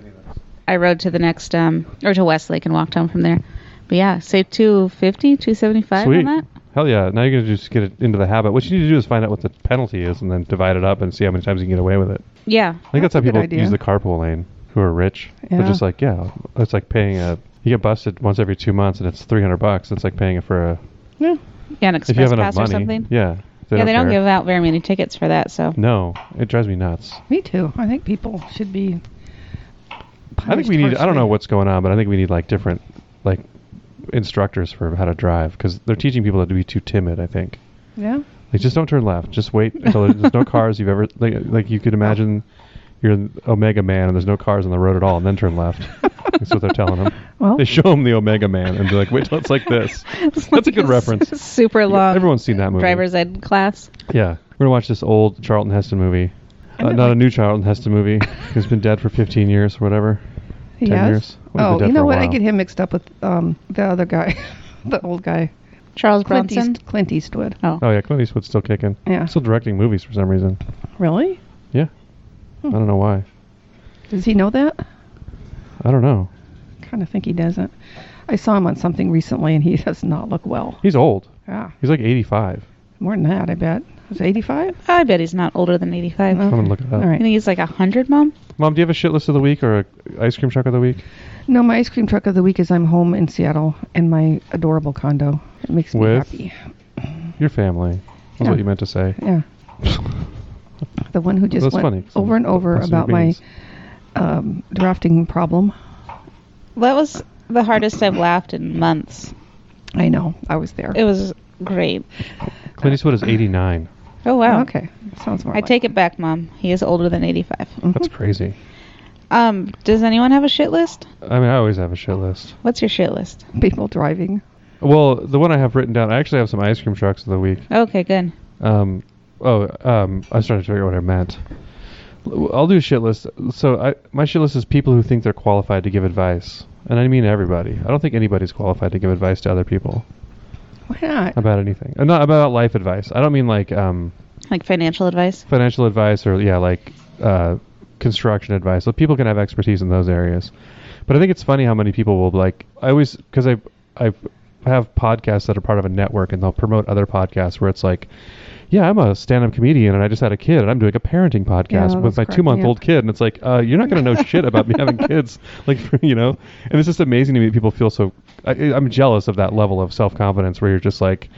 Speaker 3: I rode to the next um or to Westlake and walked home from there. But yeah, saved 250, 275
Speaker 2: Sweet.
Speaker 3: on that.
Speaker 2: Hell yeah! Now you're gonna just get it into the habit. What you need to do is find out what the penalty is, and then divide it up and see how many times you can get away with it.
Speaker 3: Yeah.
Speaker 2: I think that's,
Speaker 4: That's a good
Speaker 2: how people
Speaker 4: idea.
Speaker 2: use the carpool lane who are rich. They're
Speaker 4: Yeah.
Speaker 2: just like, yeah, it's like paying a. You get busted once every two months, and it's three hundred bucks. It's like paying it for a
Speaker 4: Yeah.
Speaker 3: Yeah, an
Speaker 2: if you
Speaker 3: express
Speaker 2: have enough
Speaker 3: pass or
Speaker 2: money.
Speaker 3: something.
Speaker 2: Yeah.
Speaker 3: yeah, they don't
Speaker 2: care.
Speaker 3: give out very many tickets for that, so
Speaker 2: No, it drives me nuts.
Speaker 4: Me too. I think people should be.
Speaker 2: I think
Speaker 4: punished
Speaker 2: we need. I don't
Speaker 4: harshly.
Speaker 2: know what's going on, but I think we need like different, like, instructors for how to drive because they're teaching people to be too timid. I think.
Speaker 4: Yeah.
Speaker 2: Like, just don't turn left. Just wait until there's no cars you've ever like. Like you could imagine, you're an Omega Man and there's no cars on the road at all, and then turn left. That's what they're telling them.
Speaker 4: Well.
Speaker 2: They show them the Omega Man and be like, wait till it's like this. That's a good reference.
Speaker 3: Super long.
Speaker 2: Everyone's seen that movie.
Speaker 3: driver's ed class.
Speaker 2: Yeah, we're gonna watch this old Charlton Heston movie. Uh, not a new Charlton Heston movie. He's been dead for 15 years or whatever.
Speaker 4: He
Speaker 2: 10
Speaker 4: has?
Speaker 2: years? Well, he's been
Speaker 4: Oh,
Speaker 2: dead
Speaker 4: you
Speaker 2: for
Speaker 4: know
Speaker 2: a
Speaker 4: what? I
Speaker 2: while.
Speaker 4: get him mixed up with um the other guy, the old guy,
Speaker 3: Charles
Speaker 4: Clint,
Speaker 3: Bronson.
Speaker 4: East, Clint Eastwood.
Speaker 3: Oh.
Speaker 2: Oh yeah, Clint Eastwood's still kicking.
Speaker 4: Yeah.
Speaker 2: Still directing movies for some reason.
Speaker 4: Really?
Speaker 2: Yeah. I don't know why.
Speaker 4: Does he know that?
Speaker 2: I don't know.
Speaker 4: Kind of think he doesn't. I saw him on something recently, and he does not look well.
Speaker 2: He's old.
Speaker 4: Yeah.
Speaker 2: He's like 85.
Speaker 4: More than that, I bet. Was it 85?
Speaker 3: I bet he's not older than 85.
Speaker 4: No.
Speaker 2: I'm gonna look it up.
Speaker 4: All
Speaker 3: You think
Speaker 4: right.
Speaker 3: he's like 100, Mom?
Speaker 2: Mom, do you have a shit list of the week or a ice cream truck of the week?
Speaker 4: No, my ice cream truck of the week is I'm home in Seattle in my adorable condo. It makes me
Speaker 2: With?
Speaker 4: happy.
Speaker 2: Your family. That's
Speaker 4: Yeah.
Speaker 2: what you meant to say.
Speaker 4: Yeah. The one who just
Speaker 2: That's
Speaker 4: went
Speaker 2: funny, 'cause
Speaker 4: over and over
Speaker 2: Must be
Speaker 4: about my
Speaker 2: beans.
Speaker 4: um, drafting problem.
Speaker 3: That was the hardest I've laughed in months.
Speaker 4: I know. I was there.
Speaker 3: It was great.
Speaker 4: uh,
Speaker 2: Clint Eastwood is 89.
Speaker 3: Oh, wow.
Speaker 4: Okay. Sounds more
Speaker 3: I
Speaker 4: like- Mm-hmm.
Speaker 3: take it back, Mom. He is older than 85.
Speaker 2: That's crazy.
Speaker 3: Um, does anyone have a shit list?
Speaker 2: I mean, I always have a shit list.
Speaker 3: What's your shit list?
Speaker 4: people driving.
Speaker 2: Well, the one I have written down, I actually have some ice cream trucks of the week.
Speaker 3: Okay, good.
Speaker 2: Um, oh, um, I was trying to figure out what I meant. L- I'll do a shit list. So I, my shit list is people who think they're qualified to give advice, and I mean everybody. I don't think anybody's qualified to give advice to other people
Speaker 4: Why not?
Speaker 2: about anything. Uh, Not about life advice. I don't mean like um,
Speaker 3: Like financial advice?
Speaker 2: financial advice or yeah, like uh, construction advice. So people can have expertise in those areas. But I think it's funny how many people will like. I always because I I have podcasts that are part of a network and they'll promote other podcasts where it's like, yeah, I'm a stand-up comedian and I just had a kid and I'm doing a parenting podcast
Speaker 4: Yeah,
Speaker 2: with
Speaker 4: that's
Speaker 2: my
Speaker 4: correct,
Speaker 2: two-month-old kid and it's like, uh, you're not going to know shit about me having kids, like you know. And it's just amazing to me that people feel so. I, I'm jealous of that level of self-confidence where you're just like.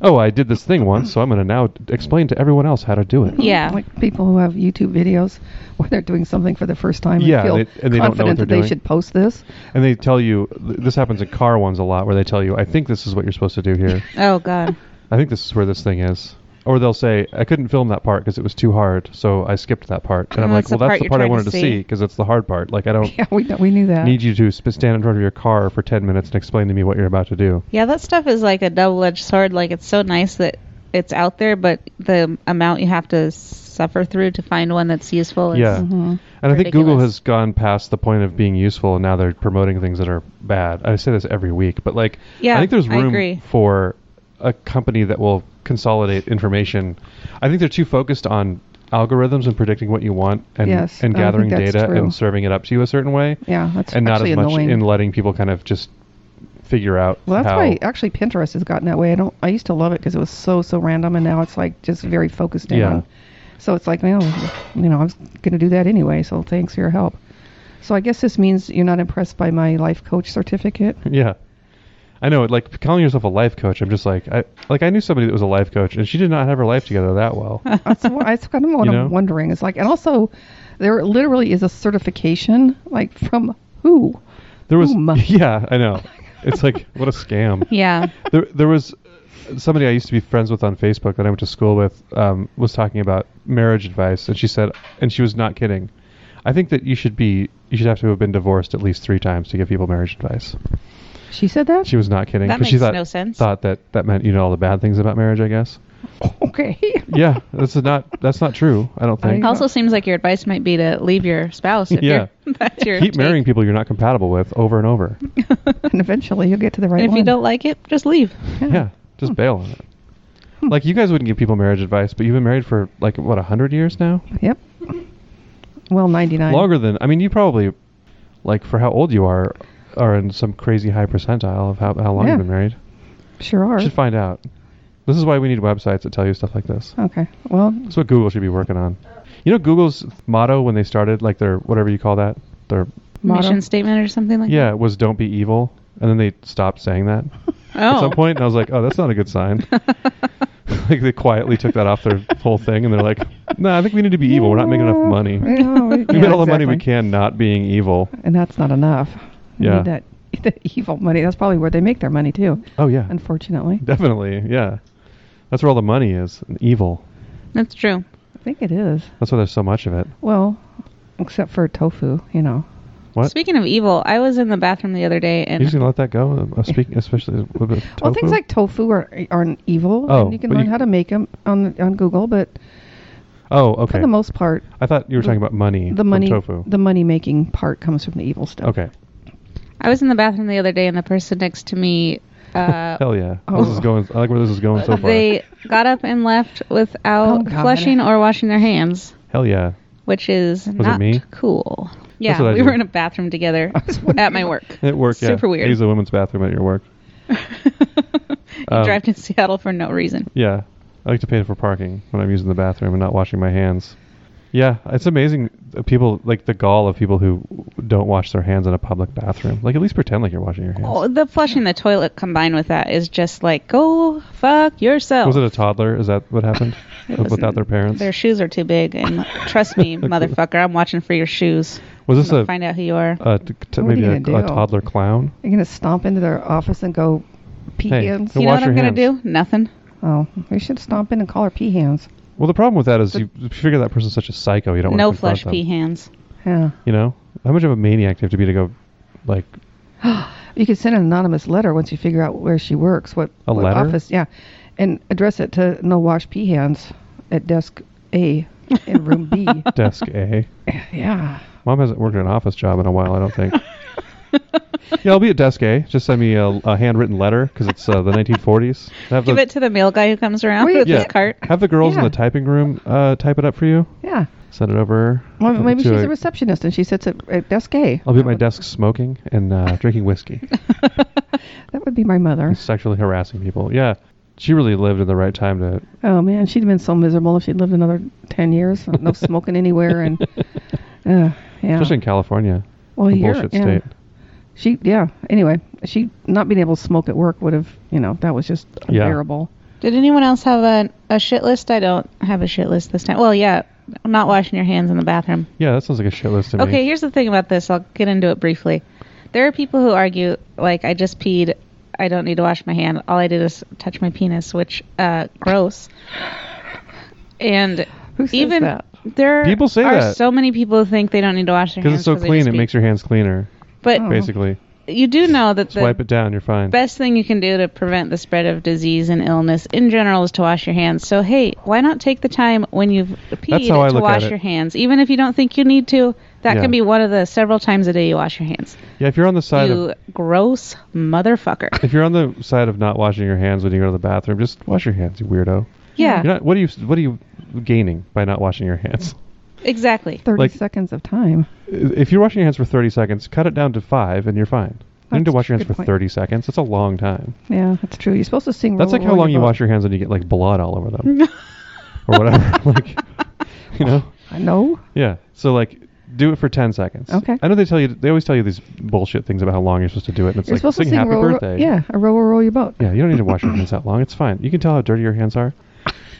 Speaker 2: Oh, I did this thing once, so I'm going to now explain to everyone else how to do it.
Speaker 3: Yeah.
Speaker 4: Oh, Like people who have YouTube videos where they're doing something for the first time
Speaker 2: Yeah,
Speaker 4: and feel
Speaker 2: and they- and they don't know what
Speaker 4: confident
Speaker 2: they're
Speaker 4: that they
Speaker 2: doing.
Speaker 4: should post this.
Speaker 2: And they tell you th- this happens in car ones a lot, where they tell you, "I think this is what you're supposed to do here.
Speaker 3: Oh God.
Speaker 2: I think this is where this thing is." Or they'll say, "I couldn't film that part because it was too hard, so I skipped that part." And I'm
Speaker 3: Oh,
Speaker 2: like,
Speaker 3: it's
Speaker 2: "Well,
Speaker 3: the
Speaker 2: that's
Speaker 3: part
Speaker 2: the
Speaker 3: you're
Speaker 2: part I
Speaker 3: trying to
Speaker 2: wanted to see
Speaker 3: see.
Speaker 2: because it's the hard part. Like, I don't
Speaker 4: Yeah, we, kn- we knew that.
Speaker 2: need you to sp- stand in front of your car for 10 minutes and explain to me what you're about to do."
Speaker 3: Yeah, that stuff is like a double-edged sword. Like it's so nice that it's out there, but the amount you have to suffer through to find one that's useful is
Speaker 2: Yeah.
Speaker 4: Mhm.
Speaker 2: And I think Google
Speaker 3: Mm-hmm. Ridiculous.
Speaker 2: has gone past the point of being useful, and now they're promoting things that are bad. I say this every week, but like,
Speaker 3: Yeah,
Speaker 2: I think there's
Speaker 3: I
Speaker 2: room
Speaker 3: agree.
Speaker 2: for a company that will consolidate information. I think they're too focused on algorithms and predicting what you want and
Speaker 4: Yes,
Speaker 2: and
Speaker 4: I think
Speaker 2: gathering
Speaker 4: that's
Speaker 2: data
Speaker 4: true.
Speaker 2: and serving it up to you a certain way,
Speaker 4: Yeah, that's
Speaker 2: and not as
Speaker 4: actually
Speaker 2: much
Speaker 4: annoying.
Speaker 2: in letting people kind of just figure out.
Speaker 4: well, that's
Speaker 2: how,
Speaker 4: why actually Pinterest has gotten that way. I don't. I used to love it because it was so so random, and now it's like just very focused in.
Speaker 2: Yeah.
Speaker 4: on- So it's like, well, you know, I was going to do that anyway. So thanks for your help. So I guess this means you're not impressed by my life coach certificate.
Speaker 2: Yeah. I know, like calling yourself a life coach. I'm just like, I like I knew somebody that was a life coach, and she did not have her life together that well.
Speaker 4: That's what, that's kind of what
Speaker 2: You know?
Speaker 4: I'm wondering. It's like, and also, there literally is a certification, like from who?
Speaker 2: There was
Speaker 4: Whom?
Speaker 2: yeah, I know. It's like what a scam.
Speaker 3: Yeah.
Speaker 2: There there was uh, somebody I used to be friends with on Facebook that I went to school with um, was talking about marriage advice, and she said, and she was not kidding. I think that you should be you should have to have been divorced at least three times to give people marriage advice.
Speaker 4: She said that.
Speaker 2: She was not kidding.
Speaker 3: That
Speaker 2: 'cause she
Speaker 3: makes
Speaker 2: thought,
Speaker 3: no sense.
Speaker 2: Thought that that meant you know all the bad things about marriage. I guess.
Speaker 4: okay.
Speaker 2: Yeah, this is not that's not true. I don't think.
Speaker 4: I-
Speaker 3: Also, seems like your advice might be to leave your spouse. If
Speaker 2: Yeah.
Speaker 3: You're, that's your
Speaker 2: Keep
Speaker 3: take.
Speaker 2: marrying people you're not compatible with over and over.
Speaker 4: and eventually, you'll get to the right
Speaker 3: And if
Speaker 4: one.
Speaker 3: you don't like it, just leave.
Speaker 2: Yeah, just bail on it.
Speaker 3: Hmm.
Speaker 2: Like you guys wouldn't give people marriage advice, but you've been married for like what a hundred years now,
Speaker 4: Yep. Well, 99.
Speaker 2: longer than I mean. You probably, like for how old you are, are in some crazy high percentile of how, how long
Speaker 4: Yeah.
Speaker 2: you've been married.
Speaker 4: Sure
Speaker 2: You
Speaker 4: are.
Speaker 2: should find out. This is why we need websites that tell you stuff like this.
Speaker 4: Okay. Well,
Speaker 2: That's what Google should be working on. You know Google's motto when they started, like their whatever you call that, their
Speaker 4: motto.
Speaker 3: Mission statement or something like
Speaker 2: yeah, it was "Don't be evil," and then they stopped saying that
Speaker 3: that. Oh.
Speaker 2: at some point, and I was like, "Oh, that's not a good sign." like they quietly took that off their whole thing, and they're like, "No, I think we need to be evil. We're not making enough money. We
Speaker 4: Yeah, we
Speaker 2: made all the money we can not being evil."
Speaker 4: And that's not enough. We
Speaker 2: Yeah.
Speaker 4: Need that, that evil money. That's probably where they make their money too.
Speaker 2: Oh yeah,
Speaker 4: Unfortunately,
Speaker 2: definitely. Yeah, that's where all the money is. in Evil.
Speaker 3: That's true.
Speaker 4: I think it is.
Speaker 2: That's why there's so much of it.
Speaker 4: Well, except for tofu, you know.
Speaker 2: What?
Speaker 3: Speaking of evil, I was in the bathroom the other day
Speaker 2: You're
Speaker 3: and
Speaker 2: just gonna let that go? Uh, speaking, especially with the
Speaker 4: Well, things
Speaker 2: tofu?
Speaker 4: like tofu are aren't evil.
Speaker 2: Oh,
Speaker 4: and you can
Speaker 2: but
Speaker 4: learn
Speaker 2: you-
Speaker 4: how to make them on on Google, but
Speaker 2: oh,
Speaker 4: for
Speaker 2: okay.
Speaker 4: the most part,
Speaker 2: I thought you were talking about money.
Speaker 4: the
Speaker 2: from
Speaker 4: money uh,
Speaker 2: tofu.
Speaker 4: the money making part comes from the evil stuff.
Speaker 2: okay.
Speaker 3: I was in the bathroom the other day and the person next to me uh,
Speaker 2: Hell yeah.
Speaker 4: oh.
Speaker 2: This is going. I like where this is going so far.
Speaker 3: they got up and left
Speaker 4: Oh,
Speaker 3: without
Speaker 4: God.
Speaker 3: flushing or washing their hands,
Speaker 2: Hell yeah.
Speaker 3: which is not
Speaker 2: me?
Speaker 3: cool. Yeah,
Speaker 2: what I
Speaker 3: we were
Speaker 2: did.
Speaker 3: in a bathroom together at my work.
Speaker 2: It worked. Yeah.
Speaker 3: Super weird.
Speaker 2: Use the women's bathroom at your work.
Speaker 3: You
Speaker 2: Um,
Speaker 3: drive to Seattle for no reason.
Speaker 2: Yeah. I like to pay for parking when I'm using the bathroom and not washing my hands. Yeah, it's amazing the people like the gall of people who don't wash their hands in a public bathroom. Like at least pretend like you're washing your hands.
Speaker 3: Oh, the flushing the toilet combined with that is just like go fuck yourself.
Speaker 2: Was it a toddler? Is that what happened?
Speaker 3: It was
Speaker 2: Without
Speaker 3: n-
Speaker 2: their parents?
Speaker 3: Their shoes are too big, and trust me, motherfucker, I'm watching for your shoes.
Speaker 2: Was this
Speaker 3: I'm gonna
Speaker 2: a, uh,
Speaker 3: find out who you are.
Speaker 2: a t- t-
Speaker 4: What are
Speaker 2: maybe
Speaker 4: you
Speaker 2: a,
Speaker 4: gonna
Speaker 2: a
Speaker 4: do?
Speaker 2: toddler clown?
Speaker 4: You're gonna stomp into their office and go pee
Speaker 2: Hey,
Speaker 4: hands.
Speaker 2: go
Speaker 3: you know
Speaker 2: wash
Speaker 3: what I'm
Speaker 2: your
Speaker 3: gonna do? Nothing.
Speaker 4: Oh, we should stomp in and call her pee hands.
Speaker 2: Well, the problem with that is you figure that person's such a psycho. You don't
Speaker 3: No
Speaker 2: want to confront
Speaker 3: flush
Speaker 2: them.
Speaker 3: pee hands.
Speaker 4: Yeah.
Speaker 2: You know, how much of a maniac do you have to be to go, like,
Speaker 4: You could send an anonymous letter once you figure out where she works, what,
Speaker 2: A
Speaker 4: what
Speaker 2: letter?
Speaker 4: office, yeah, and address it to no wash pee hands at desk A in room B.
Speaker 2: desk A?
Speaker 4: yeah.
Speaker 2: Mom hasn't worked in an office job in a while, I don't think. yeah, I'll be at desk A. Just send me a, a handwritten letter because it's uh, the 1940s. Have
Speaker 3: Give
Speaker 2: the,
Speaker 3: it to the male guy who comes around
Speaker 4: Well, you
Speaker 3: with
Speaker 2: yeah,
Speaker 3: his cart.
Speaker 2: Have the girls in
Speaker 4: Yeah.
Speaker 2: the typing room uh, type it up for you.
Speaker 4: Yeah.
Speaker 2: Send it over.
Speaker 4: Well,
Speaker 2: uh,
Speaker 4: maybe
Speaker 2: to
Speaker 4: she's
Speaker 2: a-
Speaker 4: a receptionist and she sits at, at desk A.
Speaker 2: I'll be at my desk smoking and uh, drinking whiskey,
Speaker 4: That would be my mother.
Speaker 2: and sexually harassing people. Yeah, she really lived in the right time to.
Speaker 4: Oh man, she'd have been so miserable if she'd lived another ten years. uh, No smoking anywhere, and uh, yeah.
Speaker 2: Especially in California,
Speaker 4: well,
Speaker 2: a
Speaker 4: here,
Speaker 2: bullshit
Speaker 4: yeah.
Speaker 2: state.
Speaker 4: She, yeah. Anyway, she not being able to smoke at work would have, you know, that was just
Speaker 2: Yeah.
Speaker 4: unbearable.
Speaker 3: Did anyone else have a, a shit list? I don't have a shit list this time. Well, yeah, not washing your hands in the bathroom.
Speaker 2: Yeah, that sounds like a shit list to me.
Speaker 3: Okay, here's the thing about this. I'll get into it briefly. There are people who argue, like, I just peed. I don't need to wash my hand. All I did is touch my penis, which, uh, gross. And
Speaker 4: Who says
Speaker 3: even
Speaker 4: that?
Speaker 3: there
Speaker 2: People say
Speaker 3: are
Speaker 2: that.
Speaker 3: so many people who think they don't need to wash their
Speaker 2: Because
Speaker 3: hands
Speaker 2: it's so
Speaker 3: they
Speaker 2: clean,
Speaker 3: just
Speaker 2: it
Speaker 3: pee.
Speaker 2: makes your hands cleaner.
Speaker 3: But
Speaker 4: Oh.
Speaker 2: Basically,
Speaker 3: you do know that
Speaker 2: just
Speaker 3: the
Speaker 2: wipe it down, you're fine.
Speaker 3: best thing you can do to prevent the spread of disease and illness in general is to wash your hands. So hey, why not take the time when you've peed
Speaker 2: how I
Speaker 3: to
Speaker 2: look at
Speaker 3: wash
Speaker 2: it.
Speaker 3: your hands, even if you don't think you need to. That
Speaker 2: Yeah.
Speaker 3: can be one of the several times a day you wash your hands.
Speaker 2: yeah, if you're on the side
Speaker 3: you
Speaker 2: of
Speaker 3: gross motherfucker.
Speaker 2: if you're on the side of not washing your hands when you go to the bathroom, just wash your hands, you weirdo.
Speaker 3: yeah,
Speaker 2: You're not, what are you What are you gaining by not washing your hands?
Speaker 3: exactly.
Speaker 4: Thirty
Speaker 2: like-
Speaker 4: seconds of time.
Speaker 2: If you're washing your hands for 30 seconds, cut it down to five, and you're fine. You don't need to
Speaker 4: That's
Speaker 2: wash your
Speaker 4: a
Speaker 2: hands
Speaker 4: good
Speaker 2: for
Speaker 4: point.
Speaker 2: 30 seconds. That's a long time.
Speaker 4: Yeah, that's true. You're supposed to sing.
Speaker 2: That's like how long you wash your hands and you get like blood all over them, or whatever. like, you know.
Speaker 4: I know.
Speaker 2: Yeah. So like, do it for 10 seconds.
Speaker 4: Okay.
Speaker 2: I know they tell you. They always tell you these bullshit things about how long you're supposed to do it. And it's
Speaker 4: You're
Speaker 2: like
Speaker 4: supposed to
Speaker 2: sing
Speaker 4: sing
Speaker 2: happy
Speaker 4: roll, roll-
Speaker 2: birthday.
Speaker 4: Yeah, a row, row, roll your boat.
Speaker 2: Yeah. You don't need to wash your hands that long. It's fine. You can tell how dirty your hands are.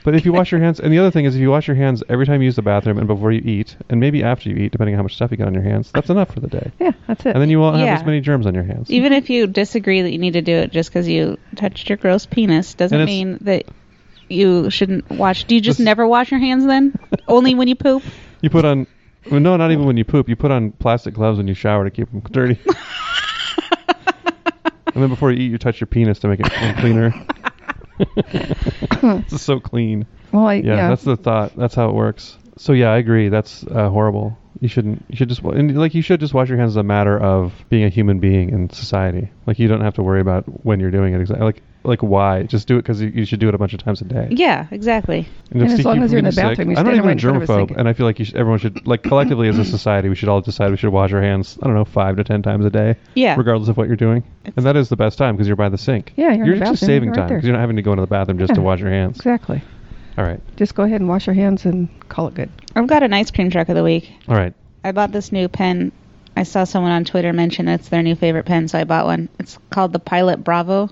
Speaker 2: But if you wash your hands, and the other thing is, if you wash your hands every time you use the bathroom and before you eat, and maybe after you eat, depending on how much stuff you got on your hands, that's enough for the day.
Speaker 4: Yeah, that's it.
Speaker 2: And then you won't have
Speaker 3: Yeah.
Speaker 2: as many germs on your hands.
Speaker 3: Even if you disagree that you need to do it just because you touched your gross penis, doesn't
Speaker 2: And it's-
Speaker 3: mean that you shouldn't wash. Do you just
Speaker 2: This-
Speaker 3: never wash your hands then? Only when you poop?
Speaker 2: You put on, well, no, not even when you poop. You put on plastic gloves when you shower to keep them dirty. and then before you eat, you touch your penis to make it clean- cleaner. this is so clean.
Speaker 4: well, I,
Speaker 2: Yeah,
Speaker 4: yeah,
Speaker 2: that's the thought. That's how it works. So yeah, I agree. That's uh, horrible. You shouldn't. You should just wa- and like you should just wash your hands as a matter of being a human being in society. Like you don't have to worry about when you're doing it exactly. Like like why? Just do it because you, you should do it a bunch of times a day.
Speaker 3: Yeah, exactly.
Speaker 2: And,
Speaker 4: And
Speaker 2: if
Speaker 4: as
Speaker 2: you
Speaker 4: long
Speaker 2: keep
Speaker 4: as you're in
Speaker 2: being
Speaker 4: the bathroom, you
Speaker 2: I'm not even a
Speaker 4: stand right in front of a
Speaker 2: germaphobe,
Speaker 4: sink.
Speaker 2: and I feel like you should, everyone should, like collectively as a society, we should all decide we should wash our hands. I don't know, five to ten times a day,
Speaker 3: Yeah.
Speaker 2: regardless of what you're doing. And that is the best time because you're by the sink.
Speaker 4: Yeah, you're in
Speaker 2: you're
Speaker 4: the
Speaker 2: just
Speaker 4: bathroom,
Speaker 2: saving
Speaker 4: you're right
Speaker 2: time
Speaker 4: there.
Speaker 2: because you're not having to go into the bathroom just to
Speaker 4: Yeah.
Speaker 2: wash your hands.
Speaker 4: exactly.
Speaker 2: All right,
Speaker 4: Just go ahead and wash your hands and call it good.
Speaker 3: I've got an ice cream truck of the week.
Speaker 2: all right.
Speaker 3: I bought this new pen. I saw someone on Twitter mention it's their new favorite pen, so I bought one. It's called the Pilot Bravo.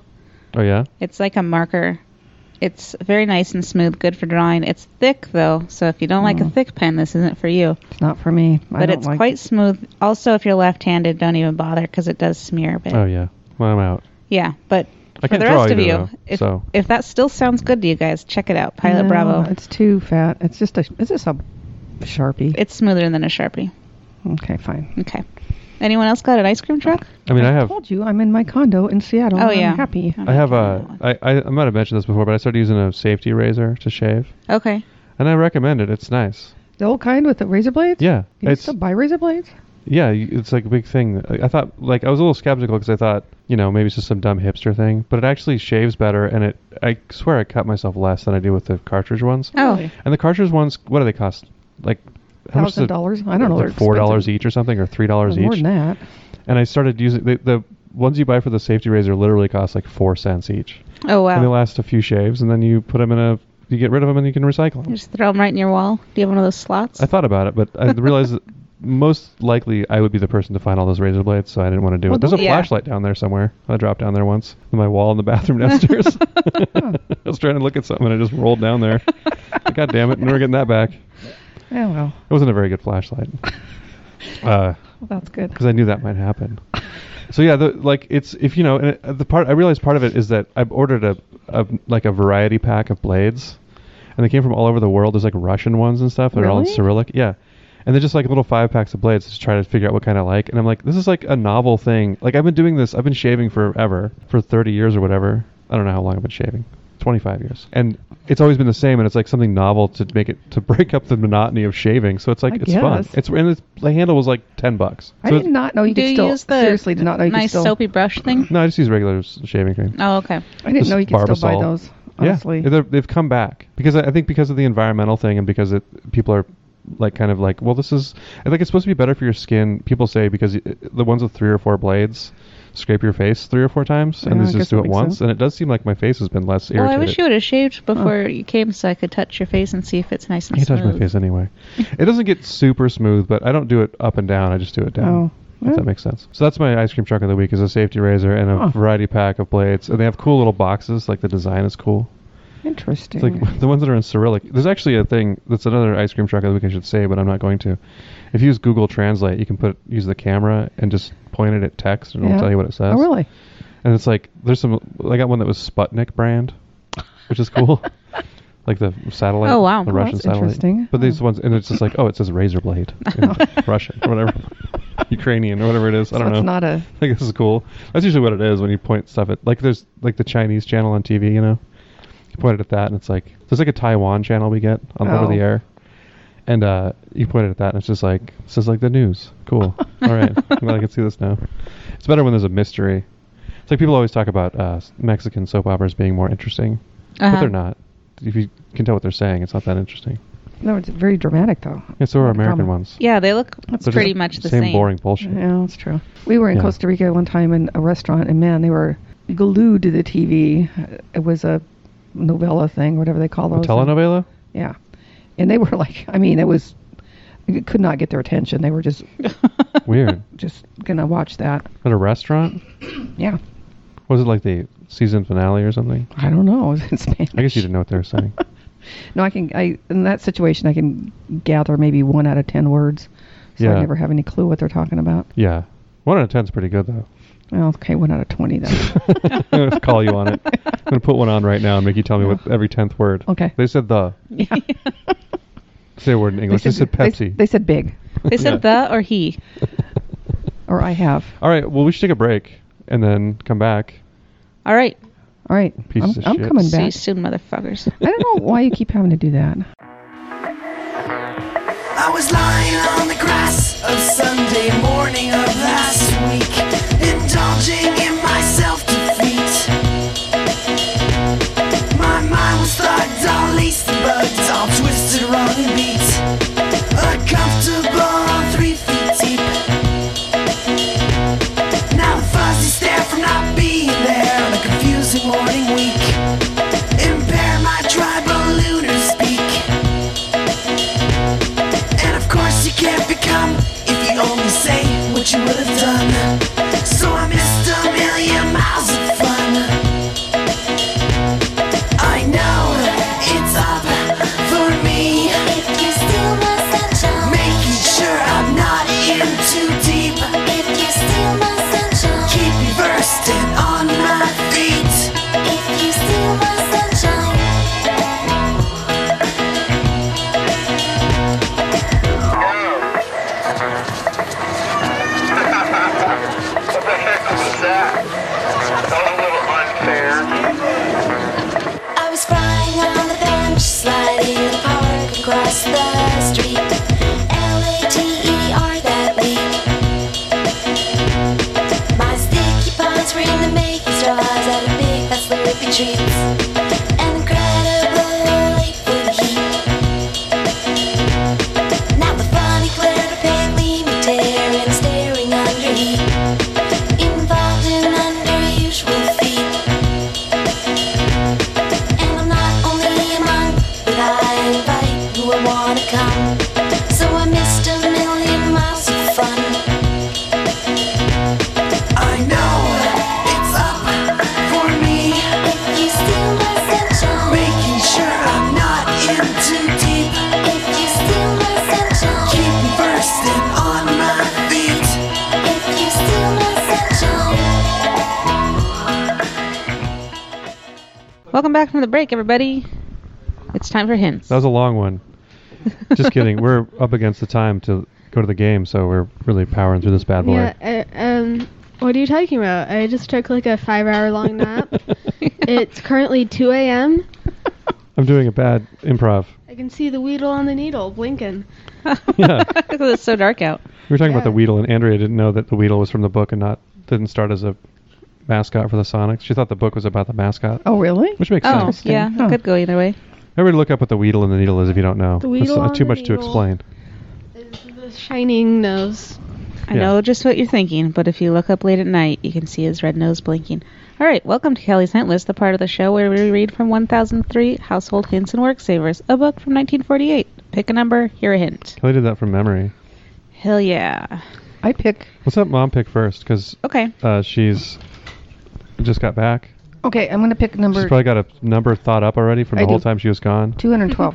Speaker 2: Oh yeah,
Speaker 3: It's like a marker. It's very nice and smooth, good for drawing. It's thick though, so if you don't like a
Speaker 4: Mm.
Speaker 3: thick pen, this isn't for you.
Speaker 4: It's not for me. I
Speaker 3: but
Speaker 4: don't
Speaker 3: it's
Speaker 4: like
Speaker 3: quite smooth. Also, if you're left-handed, don't even bother because it does smear. But
Speaker 2: oh yeah. Well, I'm out.
Speaker 3: yeah, but
Speaker 2: I
Speaker 3: for
Speaker 2: can't
Speaker 3: the
Speaker 2: draw
Speaker 3: rest of
Speaker 2: either,
Speaker 3: you,
Speaker 2: though,
Speaker 3: if
Speaker 2: so
Speaker 3: if that still sounds good to you guys, check it out, Pilot
Speaker 4: No,
Speaker 3: Bravo.
Speaker 4: It's too fat. It's just a. It's just a sharpie.
Speaker 3: It's smoother than a sharpie.
Speaker 4: okay, fine.
Speaker 3: Okay. Anyone else got an ice cream truck?
Speaker 2: I mean, I have.
Speaker 4: told you I'm in my condo in Seattle.
Speaker 3: Oh
Speaker 4: and
Speaker 3: yeah.
Speaker 4: I'm happy.
Speaker 2: I have a. I, I I might have mentioned this before, but I started using a safety razor to shave,
Speaker 3: Okay.
Speaker 2: and I recommend it. It's nice.
Speaker 4: The old kind with the razor blades.
Speaker 2: Yeah,
Speaker 4: You
Speaker 2: it's
Speaker 4: still buy razor blades?
Speaker 2: Yeah, y- it's like a big thing. I I thought, like, I was a little skeptical because I thought, you know, maybe it's just some dumb hipster thing, but it actually shaves better, and it, I swear I cut myself less than I do with the cartridge ones.
Speaker 3: Oh.
Speaker 2: And the cartridge ones, what do they cost? Like, how much? is
Speaker 4: Thousand
Speaker 2: it?
Speaker 4: dollars? I don't know.
Speaker 2: Like
Speaker 4: they're
Speaker 2: Four dollars
Speaker 4: expensive.
Speaker 2: each or something, or three dollars
Speaker 4: More than
Speaker 2: each.
Speaker 4: that.
Speaker 2: And I started using the, the ones you buy for the safety razor literally cost like four cents each,
Speaker 3: Oh
Speaker 2: and they
Speaker 3: wow.
Speaker 2: last a few shaves, and then you put them in a, you get rid of them, and you can recycle them.
Speaker 3: You just throw them right in your wall. Do you have one of those slots?
Speaker 2: I thought about it, but I realized that most likely I would be the person to find all those razor blades, so I didn't want to do
Speaker 4: Well,
Speaker 2: it. There's a
Speaker 3: yeah.
Speaker 2: flashlight down there somewhere. I dropped down there once on my wall in the bathroom downstairs. I was trying to look at something and I just rolled down there. Like, God damn it, never getting that back. It
Speaker 4: Oh well.
Speaker 2: wasn't a very good flashlight. Uh,
Speaker 4: Well, that's good.
Speaker 2: because I knew that might happen. So yeah, the, like it's if you know, and it, the part I realized part of it is that I've ordered a, a like a variety pack of blades, and they came from all over the world. There's like Russian ones and stuff. They're all in
Speaker 4: Really?
Speaker 2: Cyrillic, yeah, and they're just like little five packs of blades to try to figure out what kind I like. And I'm like, this is like a novel thing. Like I've been doing this. I've been shaving forever, for 30 years or whatever. I don't know how long I've been shaving. 25 years, and it's always been the same, and it's like something novel to make it to break up the monotony of shaving. So it's like
Speaker 4: I
Speaker 2: it's fun.
Speaker 4: guess.
Speaker 2: It's and it's, the handle was like 10 bucks.
Speaker 4: I
Speaker 2: So
Speaker 4: did
Speaker 2: it's-
Speaker 4: not know Oh, you
Speaker 3: Do
Speaker 4: could
Speaker 3: you
Speaker 4: still
Speaker 3: use the
Speaker 4: seriously did not know you could
Speaker 3: nice
Speaker 4: still.
Speaker 3: soapy brush thing.
Speaker 2: No, I just use regular s- shaving cream.
Speaker 3: Oh okay.
Speaker 4: I didn't
Speaker 2: just
Speaker 4: know you could still buy
Speaker 2: Barbasol.
Speaker 4: those. Honestly.
Speaker 2: Yeah, they're- they've come back because I I think because of the environmental thing and because it people are like kind of like well this is I think it's supposed to be better for your skin. People say because y- the ones with three or four blades scrape your face three or four times and
Speaker 4: Yeah,
Speaker 2: these
Speaker 4: I guess
Speaker 2: just do
Speaker 4: that
Speaker 2: it
Speaker 4: makes
Speaker 2: once
Speaker 4: sense.
Speaker 2: and it does seem like my face has been less
Speaker 3: Oh,
Speaker 2: irritated.
Speaker 3: I wish you would have shaved
Speaker 4: Oh.
Speaker 3: before you came so I could touch your face and see if it's nice and
Speaker 2: You touch
Speaker 3: smooth.
Speaker 2: my face anyway. it doesn't get super smooth, but I don't do it up and down. I just do it down.
Speaker 4: Oh.
Speaker 2: If that makes sense. So that's my ice cream truck of the week is a safety razor and a
Speaker 4: Huh.
Speaker 2: variety pack of blades. And they have cool little boxes, like the design is cool.
Speaker 4: Interesting.
Speaker 2: It's like the ones that are in Cyrillic. There's actually a thing that's another ice cream truck of the week I should say, but I'm not going to. If you use Google Translate, you can put use the camera and just point it at text and it'll
Speaker 4: Yeah.
Speaker 2: tell you what it says.
Speaker 4: oh, really?
Speaker 2: And it's like there's some I got one that was Sputnik brand, which is cool. like the satellite.
Speaker 3: Oh, wow.
Speaker 2: The
Speaker 3: Oh,
Speaker 2: Russian
Speaker 4: that's
Speaker 2: satellite.
Speaker 4: interesting.
Speaker 2: But these ones and it's just like, oh, it says razor blade in Russian or whatever. Ukrainian or whatever it is. I don't
Speaker 4: so
Speaker 2: know.
Speaker 4: It's not a.
Speaker 2: I guess it's cool. That's usually what it is when you point stuff at like there's like the Chinese channel on TV, you know. You point it at that and it's like there's like a Taiwan channel we get on over
Speaker 4: Oh.
Speaker 2: the air. And uh you point it at that and it's just like it says like the news. Cool. All right. I'm glad I can see this now. It's better when there's a mystery. It's like people always talk about uh s- Mexican soap operas being more interesting, but
Speaker 3: Uh-huh.
Speaker 2: they're not. If you can tell what they're saying, it's not that interesting.
Speaker 4: No, it's very dramatic though.
Speaker 2: Yeah, so are
Speaker 4: Not a
Speaker 2: American
Speaker 4: drama.
Speaker 2: ones.
Speaker 3: Yeah, they look
Speaker 2: They're just
Speaker 3: pretty much the
Speaker 2: same
Speaker 3: same.
Speaker 2: boring bullshit.
Speaker 4: Yeah, that's true. We were in
Speaker 2: Yeah.
Speaker 4: Costa Rica one time in a restaurant, and man, they were glued to the TV. It was a novella thing, whatever they call
Speaker 2: A
Speaker 4: those.
Speaker 2: telenovela?
Speaker 4: Yeah. And they were like, I mean, it was, you could not get their attention. They were just,
Speaker 2: Weird.
Speaker 4: just gonna watch that.
Speaker 2: At a restaurant?
Speaker 4: Yeah.
Speaker 2: Was it like the season finale or something?
Speaker 4: I don't know. It was in Spanish.
Speaker 2: I guess you didn't know what they were saying.
Speaker 4: No, I can. I in that situation, I can gather maybe one out of ten words. So
Speaker 2: Yeah.
Speaker 4: I never have any clue what they're talking about.
Speaker 2: yeah. One out of ten's pretty good though.
Speaker 4: Well, okay, one out of twenty then.
Speaker 2: I'm gonna call you on it. I'm gonna put one on right now and make you tell me what every tenth word.
Speaker 4: Okay.
Speaker 2: They said the.
Speaker 4: yeah.
Speaker 2: Say a word in English. They said,
Speaker 4: They,
Speaker 2: Pepsi.
Speaker 4: they said big,
Speaker 3: They said the or he.
Speaker 4: or I have.
Speaker 2: All right. Well, we should take a break and then come back.
Speaker 3: All right.
Speaker 4: All right.
Speaker 2: Piece
Speaker 4: I'm,
Speaker 2: of
Speaker 4: I'm
Speaker 2: shit.
Speaker 4: coming
Speaker 3: See you
Speaker 4: back.
Speaker 3: soon, motherfuckers.
Speaker 4: I don't know why you keep having to do that.
Speaker 6: I was lying on the grass of Sunday morning of last week, indulging in my self defeat. My mind was thugged, all laced and bugged, all twisted, wrong and beat. Uncomfortable on three feet deep. Now the fuzzy stare from not being there on a confusing morning week. Impair my tribal lunar speak. And of course you can't become if you only say what you would have done. So I missed a million miles of fun. I know it's up for me.
Speaker 7: If you steal my sunshine,
Speaker 6: Making sure I'm not in too deep.
Speaker 7: if you steal my sunshine,
Speaker 6: Keep me versed and on my feet.
Speaker 7: if you steal my sunshine.
Speaker 8: What the heck was that? That was a little unfair.
Speaker 7: I was crying on the bench, sliding the park across the street. L A T E R that week. My sticky paws were in the making straws out of big fat slurpy treats. An incredible Lakewood heat. Now the funny glare to palely me tearing, staring under heat. Involved in unusual feet. And I'm not only a monk, but I invite who I wanna come. So I missed a million miles of fun.
Speaker 6: I know it's up for me.
Speaker 7: If you steal my sunshine,
Speaker 6: Making sure I'm not in too deep.
Speaker 7: if you steal my sunshine,
Speaker 6: Keep me versed and on my feet.
Speaker 7: if you steal my sunshine.
Speaker 3: Welcome back from the break, everybody. It's time for hints.
Speaker 2: That was a long one. Just kidding. We're up against the time to go to the game, so we're really powering through this bad boy.
Speaker 1: Yeah. uh, um. What are you talking about? I just took like a five-hour-long nap. it's currently 2 a.m.
Speaker 2: I'm doing a bad improv.
Speaker 1: I can see the weedle on the needle blinking.
Speaker 2: Yeah.
Speaker 3: it's so dark out.
Speaker 2: We were talking about the
Speaker 1: Yeah.
Speaker 2: Weedle, and Andrea didn't know that the Weedle was from the book and not didn't start as a mascot for the Sonics. She thought the book was about the mascot,
Speaker 4: Oh, really?
Speaker 2: which makes
Speaker 3: Oh,
Speaker 2: sense.
Speaker 3: yeah.
Speaker 4: Huh.
Speaker 3: It could go either way.
Speaker 2: Everybody look up what the Weedle and the Needle is if you don't know.
Speaker 1: The Weedle
Speaker 2: It's, uh,
Speaker 1: on
Speaker 2: too
Speaker 1: the
Speaker 2: much to
Speaker 1: Needle.
Speaker 2: explain.
Speaker 1: The shining nose.
Speaker 3: I
Speaker 2: Yeah.
Speaker 3: know just what you're thinking, but if you look up late at night, you can see his red nose blinking. All right, welcome to Kelly's Hint List, the part of the show where we read from 1003 Household Hints and Work Savers, a book from 1948. Pick a number, hear a hint.
Speaker 2: Kelly did that from memory.
Speaker 3: Hell yeah.
Speaker 4: I pick.
Speaker 2: Let's have mom pick first because
Speaker 3: Okay.
Speaker 2: uh, she's just got back.
Speaker 4: Okay, I'm going to pick
Speaker 2: She's
Speaker 4: number
Speaker 2: probably got a number thought up already from the
Speaker 4: I
Speaker 2: whole
Speaker 4: do.
Speaker 2: time she was gone.
Speaker 4: 212.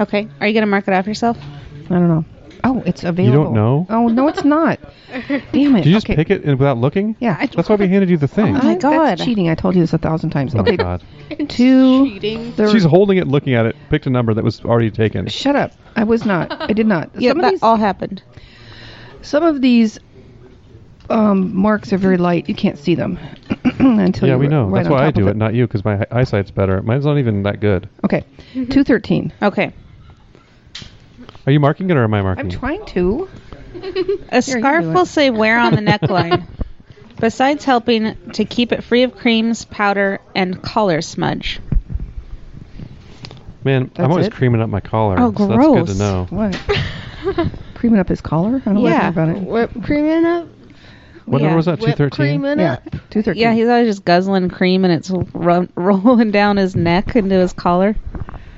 Speaker 3: Okay. Are you going to mark it off yourself?
Speaker 4: I don't know. Oh, it's available.
Speaker 2: know?
Speaker 4: Oh, no, it's not. Damn it.
Speaker 2: Did you just
Speaker 4: okay.
Speaker 2: pick it and without looking?
Speaker 4: Yeah. I,
Speaker 2: That's why we handed you the thing.
Speaker 4: Oh
Speaker 3: my God.
Speaker 4: That's cheating. I told you this a thousand times.
Speaker 2: Oh,
Speaker 4: okay.
Speaker 2: God.
Speaker 4: Two.
Speaker 1: Cheating.
Speaker 4: thir-
Speaker 2: She's holding it, looking at it, picked a number that was already taken.
Speaker 4: Shut up. I was not. I did not.
Speaker 3: Yeah,
Speaker 4: some, of
Speaker 3: that
Speaker 4: these,
Speaker 3: all happened.
Speaker 4: some of these um, marks are very light. You can't see them until
Speaker 2: yeah,
Speaker 4: you're
Speaker 2: we know.
Speaker 4: right
Speaker 2: That's
Speaker 4: on
Speaker 2: why I
Speaker 4: top of
Speaker 2: do it, not you, because my hi- eyesight's better. Mine's not even that good.
Speaker 4: Okay. 213.
Speaker 3: Okay.
Speaker 2: Are you marking it or am I marking
Speaker 4: I'm
Speaker 2: it?
Speaker 4: trying to.
Speaker 3: A
Speaker 4: Here, you
Speaker 3: scarf
Speaker 4: do it.
Speaker 3: will say wear on the neckline, besides helping to keep it free of creams, powder, and collar smudge.
Speaker 2: Man, I'm
Speaker 4: That's
Speaker 2: always
Speaker 4: it?
Speaker 2: creaming up my collar.
Speaker 3: Oh,
Speaker 2: so that's good to
Speaker 3: gross.
Speaker 2: know.
Speaker 4: What? Creaming up his collar? I don't
Speaker 3: Yeah.
Speaker 4: know about it.
Speaker 1: Whipped cream in it.
Speaker 2: What
Speaker 3: Yeah.
Speaker 2: number was that?
Speaker 1: Whipped cream
Speaker 2: 213?
Speaker 1: in
Speaker 4: Yeah.
Speaker 1: it.
Speaker 4: 213.
Speaker 3: Yeah, he's always just guzzling cream and it's ro- rolling down his neck into his collar.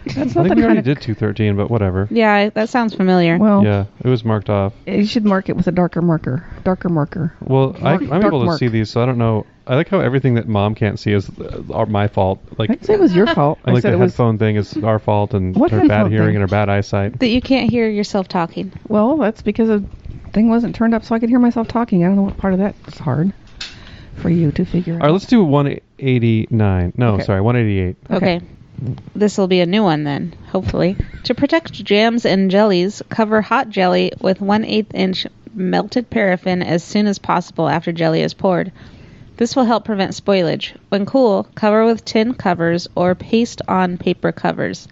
Speaker 4: That's
Speaker 2: I
Speaker 4: not
Speaker 2: think
Speaker 4: the
Speaker 2: we already
Speaker 4: kind of.
Speaker 2: did 213, but whatever.
Speaker 3: Yeah, I- that sounds familiar.
Speaker 4: Well,
Speaker 2: Yeah, it was marked off.
Speaker 4: you should mark it with a darker marker. Darker marker.
Speaker 2: Well, I,
Speaker 4: Mark-
Speaker 2: I'm
Speaker 4: dark
Speaker 2: able to
Speaker 4: mark.
Speaker 2: see these, so I don't know. I like how everything that mom can't see is uh, are my fault. Like,
Speaker 4: I didn't say it was your fault.
Speaker 2: I like
Speaker 4: said
Speaker 2: the
Speaker 4: it was.
Speaker 2: headphone thing is our fault, and
Speaker 4: What
Speaker 2: her bad
Speaker 4: headphone
Speaker 2: hearing
Speaker 4: thing?
Speaker 2: and her bad eyesight.
Speaker 3: that you can't hear yourself talking.
Speaker 4: Well, that's because the thing wasn't turned up so I could hear myself talking. I don't know what part of that is hard for you to figure
Speaker 2: All right,
Speaker 4: out.
Speaker 2: let's do 189. No,
Speaker 4: Okay.
Speaker 2: sorry, 188.
Speaker 3: Okay. This will be a new one then, hopefully. to protect jams and jellies, cover hot jelly with 1 8 inch melted paraffin as soon as possible after jelly is poured. This will help prevent spoilage. When cool, cover with tin covers or paste on paper covers.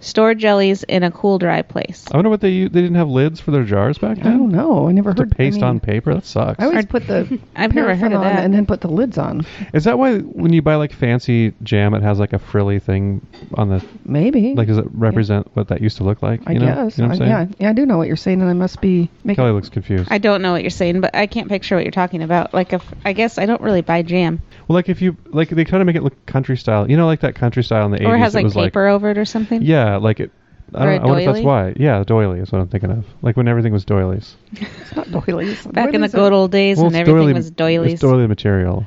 Speaker 3: Store jellies in a cool, dry place.
Speaker 2: I wonder what they u- they didn't have lids for their jars back
Speaker 4: I don't
Speaker 2: then.
Speaker 4: know. I never
Speaker 2: To
Speaker 4: heard
Speaker 2: paste
Speaker 4: I mean,
Speaker 2: on paper, that sucks.
Speaker 4: I always put the
Speaker 3: I've never heard
Speaker 4: paraffin
Speaker 3: of
Speaker 4: on
Speaker 3: that.
Speaker 4: and then put the lids on.
Speaker 2: Is that why when you buy like fancy jam, it has like a frilly thing on the
Speaker 4: Maybe.
Speaker 2: like? Does it represent what that used to look like?
Speaker 4: I
Speaker 2: you know?
Speaker 4: guess.
Speaker 2: You know what I'm
Speaker 4: I-
Speaker 2: saying?
Speaker 4: yeah. Yeah, I do know what you're saying, and I must be making.
Speaker 2: Kelly looks confused.
Speaker 3: I don't know what you're saying, but I can't picture what you're talking about. Like, if I guess I don't really buy jam,
Speaker 2: well, like if you like, they try to make it look country style. You know, like that country style in the 80s.
Speaker 3: or it has
Speaker 2: it
Speaker 3: like
Speaker 2: was
Speaker 3: paper over it or something.
Speaker 2: Like, yeah, like it. I
Speaker 3: Or
Speaker 2: don't.
Speaker 3: a
Speaker 2: I wonder if that's
Speaker 3: doily?
Speaker 2: why. Yeah, doily is what I'm thinking of. Like when everything was doilies.
Speaker 4: It's not doilies.
Speaker 3: Back in the
Speaker 4: Doilies are-
Speaker 3: good old days
Speaker 2: Well,
Speaker 3: when
Speaker 2: it's
Speaker 3: everything
Speaker 2: doily-
Speaker 3: was doilies.
Speaker 2: It's doily material.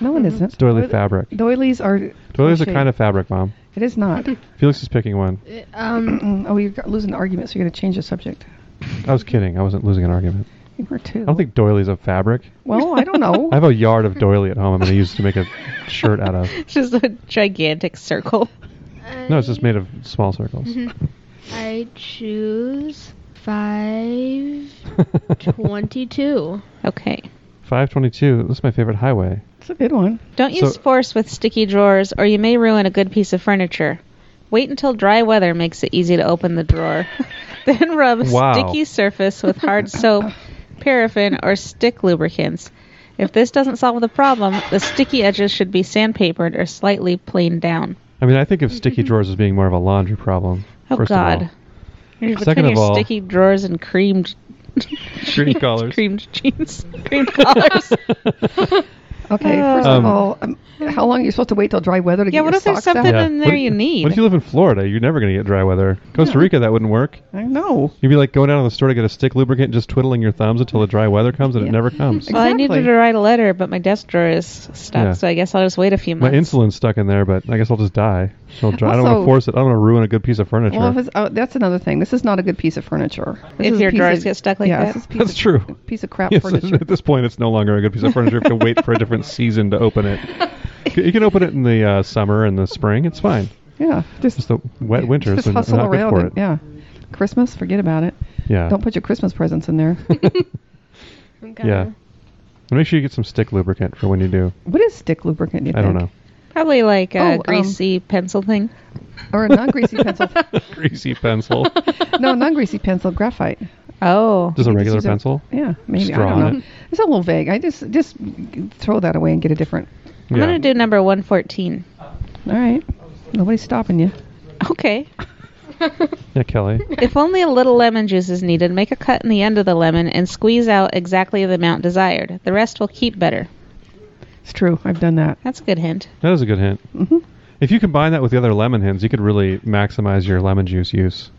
Speaker 4: No, it isn't. It's
Speaker 2: Doily fabric.
Speaker 4: Doilies are.
Speaker 2: Doilies are
Speaker 4: crochet.
Speaker 2: kind of fabric, mom.
Speaker 4: It is not.
Speaker 2: Felix is picking one.
Speaker 1: Um,
Speaker 4: Mm, oh, you're losing the argument, so you're going to change the subject.
Speaker 2: I was kidding. I wasn't losing an argument.
Speaker 4: You were too.
Speaker 2: I don't think doilies are fabric.
Speaker 4: Well, I don't know.
Speaker 2: I have a yard of doily at home. I'm going to use to make a shirt out of.
Speaker 3: It's just a gigantic circle.
Speaker 2: No, it's just made of small circles.
Speaker 1: I choose five
Speaker 4: Mm-hmm.
Speaker 1: twenty-two.
Speaker 3: Okay.
Speaker 2: 522. That's my favorite highway.
Speaker 4: It's a good one.
Speaker 3: Don't use
Speaker 2: So-
Speaker 3: force with sticky drawers, or you may ruin a good piece of furniture. Wait until dry weather makes it easy to open the drawer. then rub
Speaker 2: Wow.
Speaker 3: sticky surface with hard soap, paraffin, or stick lubricants. If this doesn't solve the problem, the sticky edges should be sandpapered or slightly planed down.
Speaker 2: I mean, I think of
Speaker 4: Mm-hmm.
Speaker 2: sticky drawers as being more of a laundry problem.
Speaker 3: Oh
Speaker 2: first
Speaker 3: God!
Speaker 2: Of
Speaker 3: You're
Speaker 2: Second
Speaker 3: between
Speaker 2: of
Speaker 3: your
Speaker 2: all-
Speaker 3: sticky drawers and creamed
Speaker 2: all. Shrimp collars.
Speaker 3: creamed jeans, creamed collars.
Speaker 4: Okay, first
Speaker 2: Um,
Speaker 4: of all, um, how long are you supposed to wait till dry weather to
Speaker 3: Uh, yeah,
Speaker 4: get
Speaker 3: what
Speaker 4: your
Speaker 3: if there's
Speaker 4: socks out?
Speaker 3: something in there
Speaker 2: What if-
Speaker 3: you need?
Speaker 2: What if you live in Florida? You're never going to get dry weather. Costa Rica, that wouldn't work.
Speaker 4: I know.
Speaker 2: You'd be like going down to the store to get a stick lubricant, and just twiddling your thumbs until the dry weather comes, and it
Speaker 4: Yeah.
Speaker 2: never comes.
Speaker 3: Well, I needed
Speaker 4: Exactly.
Speaker 3: to write a letter, but my desk drawer is stuck,
Speaker 2: Yeah.
Speaker 3: so I guess I'll just wait a few
Speaker 2: My
Speaker 3: months.
Speaker 2: insulin's stuck in there, but I guess I'll just die. She'll dry. I don't want to
Speaker 4: Also-
Speaker 2: force it. I don't want to ruin a good piece of furniture.
Speaker 4: Well, if it's, oh, that's another thing. This is not a good piece of furniture. This
Speaker 3: If
Speaker 4: is a
Speaker 3: your
Speaker 4: piece
Speaker 3: drawers
Speaker 4: of-
Speaker 3: get stuck like
Speaker 4: yeah,
Speaker 3: that?
Speaker 4: This is a piece
Speaker 2: That's
Speaker 4: of,
Speaker 2: true.
Speaker 4: Piece of crap
Speaker 2: Yes,
Speaker 4: furniture.
Speaker 2: at this point, it's no longer a good piece of furniture. You have to wait for a different season to open it. You can open it in the uh, summer and the spring. It's fine.
Speaker 4: yeah, just,
Speaker 2: Just the wet winters
Speaker 4: just
Speaker 2: and
Speaker 4: hustle
Speaker 2: not good
Speaker 4: around
Speaker 2: for
Speaker 4: it. Yeah, Christmas, forget about it.
Speaker 2: Yeah.
Speaker 4: Don't put your Christmas presents in there.
Speaker 2: yeah. And make sure you get some stick lubricant for when you do.
Speaker 4: what is stick lubricant? do You
Speaker 2: I don't
Speaker 4: think?
Speaker 2: know.
Speaker 3: Probably like
Speaker 4: Oh,
Speaker 3: a
Speaker 4: um,
Speaker 3: greasy pencil thing.
Speaker 4: Or a non-greasy pencil.
Speaker 2: Greasy pencil.
Speaker 4: No, non-greasy pencil, graphite.
Speaker 3: Oh,
Speaker 2: Just a regular
Speaker 4: use a-
Speaker 2: pencil.
Speaker 4: Yeah, maybe
Speaker 2: Straw
Speaker 4: I
Speaker 2: on
Speaker 4: don't know.
Speaker 2: it.
Speaker 4: It's a little vague. I just just throw that away and get a different.
Speaker 3: I'm gonna do number one fourteen.
Speaker 4: All right, nobody's stopping you.
Speaker 3: Okay.
Speaker 2: Yeah, Kelly.
Speaker 3: If only a little lemon juice is needed, make a cut in the end of the lemon and squeeze out exactly the amount desired. The rest will keep better.
Speaker 4: It's true. I've done that.
Speaker 3: That's a good hint.
Speaker 2: That is a good hint.
Speaker 3: Mm-hmm.
Speaker 4: Mhm.
Speaker 2: If you combine that with the other lemon hints, you could really maximize your lemon juice use.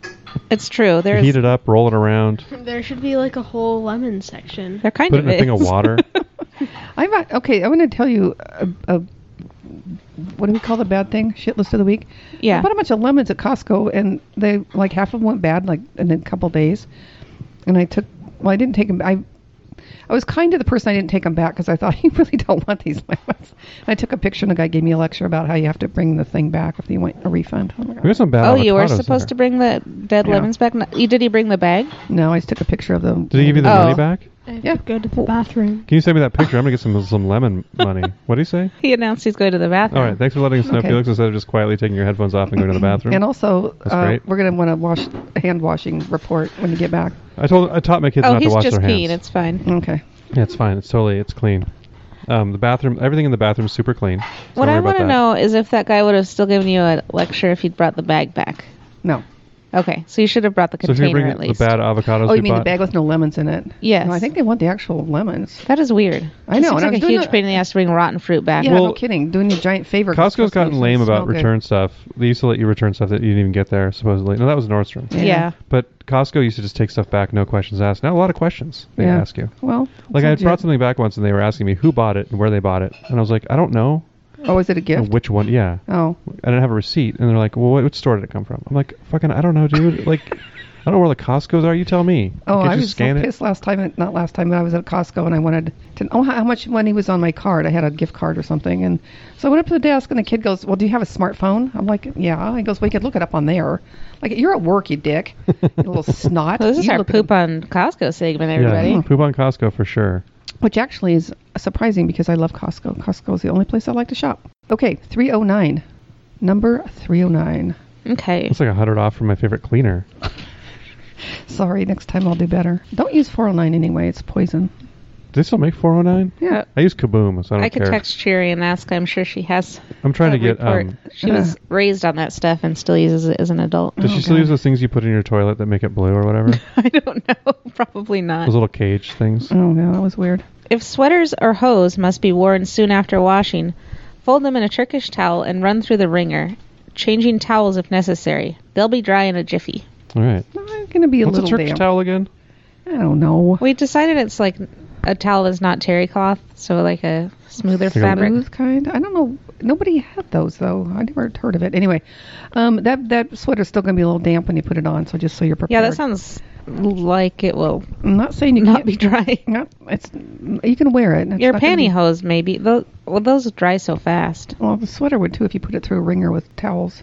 Speaker 3: It's true. There's
Speaker 2: Heat it up, roll it around,
Speaker 1: There should be like a whole lemon section.
Speaker 3: there kind
Speaker 2: put it
Speaker 3: of
Speaker 2: in a
Speaker 3: is.
Speaker 2: thing of water.
Speaker 4: I've uh, okay. I want to tell you a, a what do we call the bad thing? Shit list of the week. I
Speaker 3: yeah.
Speaker 4: bought a bunch of lemons at Costco, and they like half of them went bad like in a couple days. And I took well, I didn't take them. I I was kind to the person I didn't take them back because I thought you really don't want these lemons. I took a picture, and the guy gave me a lecture about how you have to bring the thing back if you want a refund. Oh my
Speaker 2: We
Speaker 4: God.
Speaker 2: have some bad
Speaker 3: Oh, you were
Speaker 2: avocados
Speaker 3: supposed to
Speaker 2: there.
Speaker 3: bring the dead
Speaker 4: Yeah.
Speaker 3: lemons back. No- you- Did he bring the bag?
Speaker 4: No, I just took a picture of them.
Speaker 2: Did he give you the
Speaker 3: Oh.
Speaker 2: money back?
Speaker 1: I have
Speaker 4: Yeah.
Speaker 1: to go to the bathroom.
Speaker 2: Can you send me that picture? I'm gonna get some some lemon money. What do you say?
Speaker 3: He announced he's going to the
Speaker 2: All
Speaker 3: bathroom.
Speaker 2: right, thanks for letting us know,
Speaker 4: Okay.
Speaker 2: Felix. Instead of just quietly taking your headphones off and going to the bathroom.
Speaker 4: And also,
Speaker 2: That's
Speaker 4: uh,
Speaker 2: great.
Speaker 4: we're gonna want to wash hand washing report when you get back.
Speaker 2: I told I taught my kids
Speaker 3: Oh,
Speaker 2: not to
Speaker 3: he's
Speaker 2: wash
Speaker 3: just
Speaker 2: their
Speaker 3: peeing.
Speaker 2: hands.
Speaker 3: It's fine.
Speaker 4: Okay.
Speaker 2: Yeah, it's fine. It's totally it's clean. Um, the bathroom, everything in the bathroom is super clean. So
Speaker 3: What I
Speaker 2: want to
Speaker 3: know is if that guy would have still given you a lecture if he'd brought the bag back.
Speaker 4: No.
Speaker 3: Okay, so you should have brought the
Speaker 2: So if you
Speaker 3: container
Speaker 2: bring
Speaker 3: at
Speaker 2: the
Speaker 3: least.
Speaker 2: bad avocados,
Speaker 4: Oh,
Speaker 2: we
Speaker 4: you mean the
Speaker 2: bought-
Speaker 4: bag with no lemons in it?
Speaker 3: Yes.
Speaker 4: No, I think they want the actual lemons.
Speaker 3: that is weird.
Speaker 4: I
Speaker 3: It seems
Speaker 4: know, and I
Speaker 3: like
Speaker 4: was
Speaker 3: a
Speaker 4: doing
Speaker 3: huge
Speaker 4: it-
Speaker 3: pain in the ass to bring rotten fruit back.
Speaker 4: Yeah, no
Speaker 2: Well-
Speaker 4: kidding. Doing you a giant favor. 'cause
Speaker 2: Costco's
Speaker 4: trust me,
Speaker 2: gotten
Speaker 4: it's
Speaker 2: lame
Speaker 4: gonna
Speaker 2: about
Speaker 4: smell good.
Speaker 2: return stuff. They used to let you return stuff that you didn't even get there, supposedly. No, that was Nordstrom.
Speaker 4: Yeah.
Speaker 3: Yeah.
Speaker 2: But Costco used to just take stuff back, no questions asked. Now a lot of questions they
Speaker 4: Yeah.
Speaker 2: ask you.
Speaker 4: Well,
Speaker 2: Like I
Speaker 4: it's
Speaker 2: had brought
Speaker 4: legit.
Speaker 2: something back once, and they were asking me who bought it and where they bought it, and I was like, I don't know
Speaker 4: Oh, is it a
Speaker 2: And
Speaker 4: gift?
Speaker 2: which one. Yeah,
Speaker 4: Oh,
Speaker 2: I didn't have a receipt, and they're like, Well, what, what store did it come from? I'm like, Fucking, I don't know, dude. like, I don't know where the Costco's are. You tell me.
Speaker 4: oh,
Speaker 2: Can't
Speaker 4: I
Speaker 2: you
Speaker 4: was so
Speaker 2: scan it?
Speaker 4: pissed last time. At, not last time, but I was at Costco and I wanted to. Oh, how how much money was on my card? I had a gift card or something, and so I went up to the desk and the kid goes, "Well, do you have a smartphone?" I'm like, "Yeah." He goes, "Well, you could look it up on there." Like, you're at work, you dick, you little snot.
Speaker 3: Well, this is
Speaker 4: You
Speaker 3: our
Speaker 4: look it
Speaker 3: poop on Costco segment, everybody.
Speaker 2: Yeah, poop on Costco for sure.
Speaker 4: which actually is surprising because I love Costco. Costco is the only place I like to shop. Okay, 309. Number 309.
Speaker 3: Okay.
Speaker 2: It's like a hundred off from my favorite cleaner.
Speaker 4: Sorry, next time I'll do better. Don't use 409 anyway, it's poison.
Speaker 2: Do they still make 409?
Speaker 4: Yeah.
Speaker 2: I use Kaboom, so I don't
Speaker 3: I could
Speaker 2: care.
Speaker 3: text Cherry and ask. I'm sure she has.
Speaker 2: I'm trying to
Speaker 3: that
Speaker 2: get.
Speaker 3: report.
Speaker 2: Um,
Speaker 3: she was raised on that stuff and still uses it as an adult.
Speaker 2: does
Speaker 4: Oh,
Speaker 2: she still use those things you put in your toilet that make it blue or whatever?
Speaker 3: I don't know. Probably
Speaker 2: those
Speaker 3: not.
Speaker 2: little cage things.
Speaker 4: Oh, yeah, that was weird.
Speaker 3: If sweaters or hose must be worn soon after washing, fold them in a Turkish towel and run through the wringer, changing towels if necessary. They'll be dry in a jiffy.
Speaker 2: All right.
Speaker 4: No, I'm going to be a
Speaker 2: What's a
Speaker 4: little
Speaker 2: Turkish
Speaker 4: damp.
Speaker 2: towel again?
Speaker 4: I don't know.
Speaker 3: We decided it's like a towel that's not terry cloth, so like a smoother
Speaker 2: a
Speaker 3: fabric.
Speaker 4: Smooth kind. I don't know. Nobody had those though. I never heard of it. Anyway, um, that that sweater's still gonna be a little damp when you put it on. So just so you're prepared.
Speaker 3: Yeah, that sounds like it will
Speaker 4: I'm not saying you
Speaker 3: not
Speaker 4: can't
Speaker 3: be dry.
Speaker 4: No, it's you can wear it. It's
Speaker 3: Your
Speaker 4: not gonna be-
Speaker 3: pantyhose, maybe. Those, well, those dry so fast.
Speaker 4: Well, the sweater would too if you put it through a wringer with towels.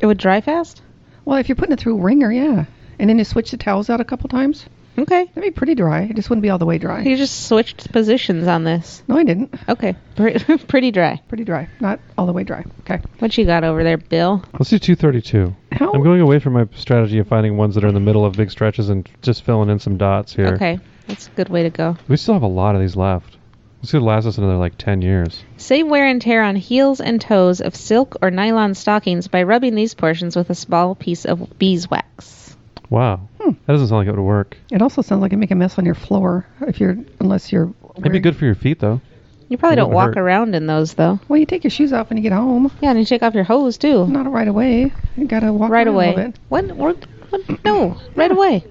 Speaker 3: It would dry fast?
Speaker 4: Well, if you're putting it through a wringer, yeah. And then you switch the towels out a couple times.
Speaker 3: Okay.
Speaker 4: That'd be pretty dry. It just wouldn't be all the way dry.
Speaker 3: You just switched positions on this.
Speaker 4: No, I didn't.
Speaker 3: Okay. Pretty, pretty dry.
Speaker 4: Pretty dry. Not all the way dry. Okay.
Speaker 3: What you got over there, Bill?
Speaker 2: Let's do 232.
Speaker 4: How?
Speaker 2: I'm going away from my strategy of finding ones that are in the middle of big stretches and just filling in some dots here.
Speaker 3: Okay. That's a good way to go.
Speaker 2: We still have a lot of these left. This could last us another like 10 years.
Speaker 3: Save wear and tear on heels and toes of silk or nylon stockings by rubbing these portions with a small piece of beeswax.
Speaker 2: Wow.
Speaker 4: Hmm.
Speaker 2: That doesn't sound like it would work.
Speaker 4: It also sounds like it make a mess on your floor if you're unless you're.
Speaker 2: It'd be
Speaker 4: wearing-
Speaker 2: good for your feet though.
Speaker 3: You probably
Speaker 2: It
Speaker 3: don't
Speaker 2: wouldn't
Speaker 3: walk
Speaker 2: hurt.
Speaker 3: around in those, though.
Speaker 4: Well, you take your shoes off when you get home.
Speaker 3: Yeah, and you take off your hose, too.
Speaker 4: Not right away. You gotta walk
Speaker 3: right
Speaker 4: around a little
Speaker 3: away.
Speaker 4: bit.
Speaker 3: What, what, what? No, right away.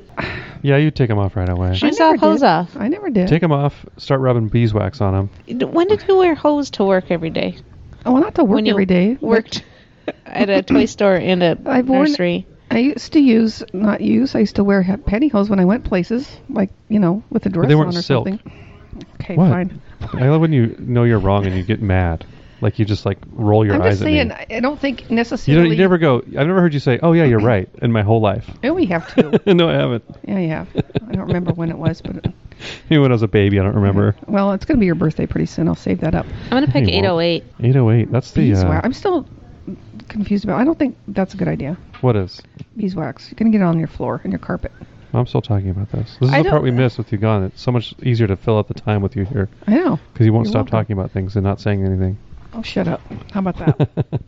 Speaker 2: Yeah, you take them off right away.
Speaker 4: I
Speaker 3: Shoes
Speaker 4: never
Speaker 3: off, hose
Speaker 4: did.
Speaker 3: off.
Speaker 4: I never did.
Speaker 2: Take them off. Start rubbing beeswax on them.
Speaker 3: When did you wear hose to work every day?
Speaker 4: oh, well, not to work
Speaker 3: when you
Speaker 4: every day.
Speaker 3: worked at a toy store and a
Speaker 4: I've worn-
Speaker 3: nursery.
Speaker 4: I used to use, not use. I used to wear ha- pantyhose when I went places, like you know, with a dress
Speaker 2: they
Speaker 4: on
Speaker 2: weren't
Speaker 4: or
Speaker 2: silk.
Speaker 4: something. Okay,
Speaker 2: What?
Speaker 4: fine.
Speaker 2: I love when you know you're wrong and you get mad. Like you just like roll your
Speaker 4: I'm
Speaker 2: eyes
Speaker 4: just
Speaker 2: at
Speaker 4: saying.
Speaker 2: me.
Speaker 4: I I don't think
Speaker 2: You,
Speaker 4: necessarily.
Speaker 2: don't, you never go. I've never heard you say, "Oh yeah, you're right," in my whole life.
Speaker 4: Yeah, we have to.
Speaker 2: no, I haven't.
Speaker 4: yeah, yeah. I don't remember when it was, but
Speaker 2: Even when I was a baby, I don't remember.
Speaker 4: well, it's gonna be your birthday pretty soon. I'll save that up.
Speaker 3: I'm gonna pick
Speaker 2: Hey, Walt.
Speaker 3: 808.
Speaker 2: 808. That's the uh,
Speaker 4: Beeswax. I'm still confused about. I don't think that's a good idea.
Speaker 2: what is?
Speaker 4: Beeswax. You're gonna get it on your floor and your carpet.
Speaker 2: I'm still talking about this. This is
Speaker 4: I
Speaker 2: the part
Speaker 4: don't-
Speaker 2: we missed with you gone. It's so much easier to fill out the time with you here
Speaker 4: I know.
Speaker 2: because you won't
Speaker 4: You're
Speaker 2: stop
Speaker 4: welcome.
Speaker 2: talking about things and not saying anything.
Speaker 4: Oh, shut up. How about that?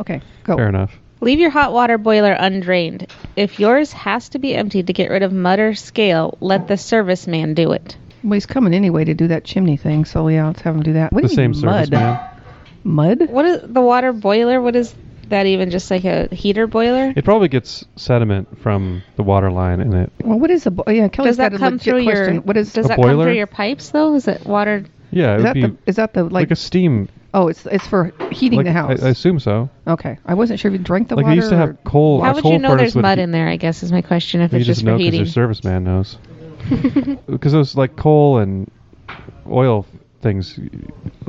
Speaker 4: okay, go.
Speaker 2: Fair enough.
Speaker 3: Leave your hot water boiler undrained. If yours has to be emptied to get rid of mud or scale, let the serviceman do it.
Speaker 4: Well, he's coming anyway to do that chimney thing, so yeah, let's have him do that. What
Speaker 2: The
Speaker 4: do you
Speaker 2: same
Speaker 4: mean
Speaker 2: service
Speaker 4: mud?
Speaker 2: man.
Speaker 4: Mud?
Speaker 3: What is the water boiler? What is that even? Just like a heater boiler?
Speaker 2: It probably gets sediment from the water line in it.
Speaker 4: Well, what is a bo- yeah?
Speaker 3: does
Speaker 4: Kelly's
Speaker 3: that
Speaker 4: got a
Speaker 3: come
Speaker 4: legit
Speaker 3: through
Speaker 4: question.
Speaker 3: your?
Speaker 4: what is?
Speaker 3: does
Speaker 2: A
Speaker 3: that come
Speaker 2: boiler?
Speaker 3: through your pipes though? Is it water?
Speaker 2: Yeah, it
Speaker 4: is
Speaker 2: would
Speaker 4: that
Speaker 2: be
Speaker 4: the is that the like,
Speaker 2: like a steam.
Speaker 4: oh it's it's for heating
Speaker 2: Like,
Speaker 4: the house.
Speaker 2: I, I assume so.
Speaker 4: okay, I wasn't sure if you drank the
Speaker 2: like they
Speaker 4: water.
Speaker 2: used to
Speaker 4: or-
Speaker 2: have coal.
Speaker 3: How
Speaker 2: a
Speaker 3: would
Speaker 2: coal
Speaker 3: you know
Speaker 2: furnace
Speaker 3: there's
Speaker 2: would
Speaker 3: mud
Speaker 2: heat-
Speaker 3: in there? I guess is my question. If
Speaker 2: You
Speaker 3: it's
Speaker 2: just
Speaker 3: just
Speaker 2: know
Speaker 3: for
Speaker 2: because
Speaker 3: heating.
Speaker 2: your serviceman knows. Because those like coal and oil things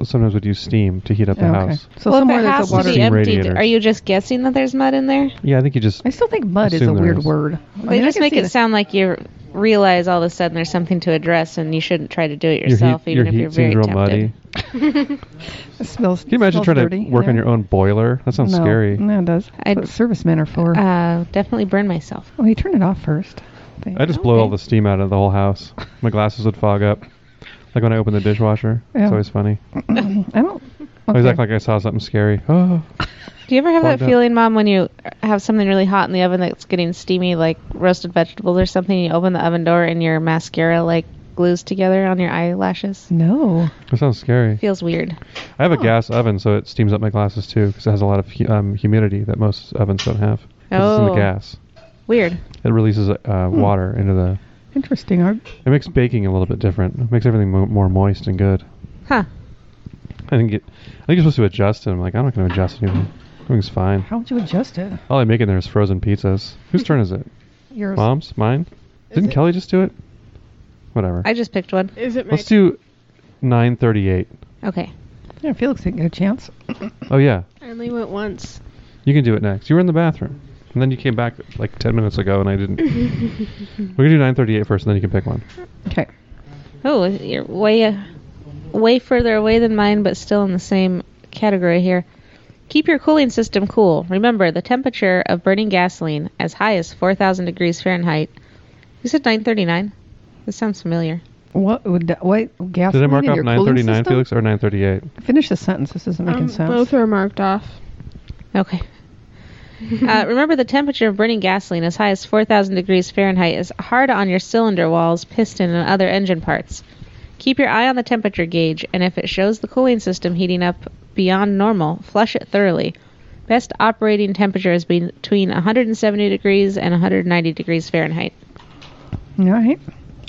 Speaker 2: sometimes would use steam to heat up the
Speaker 4: okay.
Speaker 2: house.
Speaker 4: So
Speaker 3: well, if
Speaker 4: somewhere
Speaker 3: it
Speaker 4: there's
Speaker 3: has
Speaker 4: a
Speaker 3: to
Speaker 4: water.
Speaker 3: be
Speaker 2: Steam
Speaker 3: emptied,
Speaker 2: radiators.
Speaker 3: are you just guessing that there's mud in there?
Speaker 2: Yeah, I think you just
Speaker 4: I still think mud is a
Speaker 2: Assume there
Speaker 4: weird
Speaker 2: is.
Speaker 4: word. I
Speaker 3: They
Speaker 4: mean, I
Speaker 3: just
Speaker 4: can
Speaker 3: make
Speaker 4: see
Speaker 3: it
Speaker 4: that-
Speaker 3: sound like you realize all of a sudden there's something to address and you shouldn't try to do it
Speaker 2: your
Speaker 3: yourself,
Speaker 2: heat,
Speaker 3: even
Speaker 2: your
Speaker 3: if
Speaker 2: heat
Speaker 3: you're very
Speaker 2: seems real
Speaker 3: tempted.
Speaker 2: muddy.
Speaker 4: It smells.
Speaker 2: Can you imagine
Speaker 4: smells
Speaker 2: trying
Speaker 4: dirty.
Speaker 2: to work on
Speaker 4: Yeah.
Speaker 2: your own boiler? That sounds
Speaker 4: no,
Speaker 2: scary.
Speaker 4: No, it does.
Speaker 3: I'd-
Speaker 4: That's what servicemen are for.
Speaker 3: Uh, definitely burn myself.
Speaker 4: oh, you turn it off first. They-
Speaker 2: I just blow all
Speaker 3: Okay.
Speaker 2: the steam out of the whole house. My glasses would fog up. Like when I open the dishwasher.
Speaker 4: Yeah.
Speaker 2: It's always funny.
Speaker 4: I don't.
Speaker 2: I
Speaker 4: Okay.
Speaker 2: always act like I saw something scary. Oh.
Speaker 3: Do you ever have
Speaker 2: Fogged
Speaker 3: that
Speaker 2: up.
Speaker 3: feeling, Mom, when you have something really hot in the oven that's getting steamy, like roasted vegetables or something? You open the oven door and your mascara like glues together on your eyelashes.
Speaker 4: No.
Speaker 2: That sounds scary.
Speaker 3: Feels weird.
Speaker 2: I have a gas oven, so it steams up my glasses too, because it has a lot of hu- um, humidity that most ovens don't have. 'Cause It's in
Speaker 3: Oh.
Speaker 2: the gas.
Speaker 3: Weird.
Speaker 2: It releases uh, water into the.
Speaker 4: Interesting. Our,
Speaker 2: It makes baking a little bit different. It makes everything mo- more moist and good.
Speaker 3: Huh.
Speaker 2: I think it, I think you're supposed to adjust it. I'm like, I'm not going to adjust anything. Everything's fine.
Speaker 4: how would you adjust it?
Speaker 2: All I make in there is frozen pizzas. Whose turn is it?
Speaker 4: Yours.
Speaker 2: Mom's? Mine? Didn't Kelly just do it? Whatever.
Speaker 3: I just picked one.
Speaker 1: Is it my
Speaker 2: Let's do 9:38.
Speaker 3: Okay.
Speaker 4: Yeah, Felix didn't get a chance.
Speaker 2: Oh yeah,
Speaker 1: I only went once.
Speaker 2: you can do it next. You were in the bathroom, and then you came back like 10 minutes ago, and I didn't. We're gonna do 9:38 first, and then you can pick one.
Speaker 4: Okay.
Speaker 3: Oh, you're way, uh, way further away than mine, but still in the same category here. Keep your cooling system cool. Remember, the temperature of burning gasoline, as high as 4,000 degrees Fahrenheit. You said 939. This sounds familiar.
Speaker 4: What would that, what gas?
Speaker 2: Did I mark
Speaker 4: in
Speaker 2: off
Speaker 4: your cooling
Speaker 2: 9:39,
Speaker 4: system?
Speaker 2: Felix, or 9:38?
Speaker 3: Mm.
Speaker 4: Finish the sentence. This isn't making
Speaker 1: Um,
Speaker 4: sense.
Speaker 1: both are marked off.
Speaker 3: Okay. uh, remember, the temperature of burning gasoline, as high as 4,000 degrees Fahrenheit, is hard on your cylinder walls, piston, and other engine parts. Keep your eye on the temperature gauge, and if it shows the cooling system heating up beyond normal, flush it thoroughly. Best operating temperature is be- between 170 degrees and 190 degrees Fahrenheit.
Speaker 4: All right.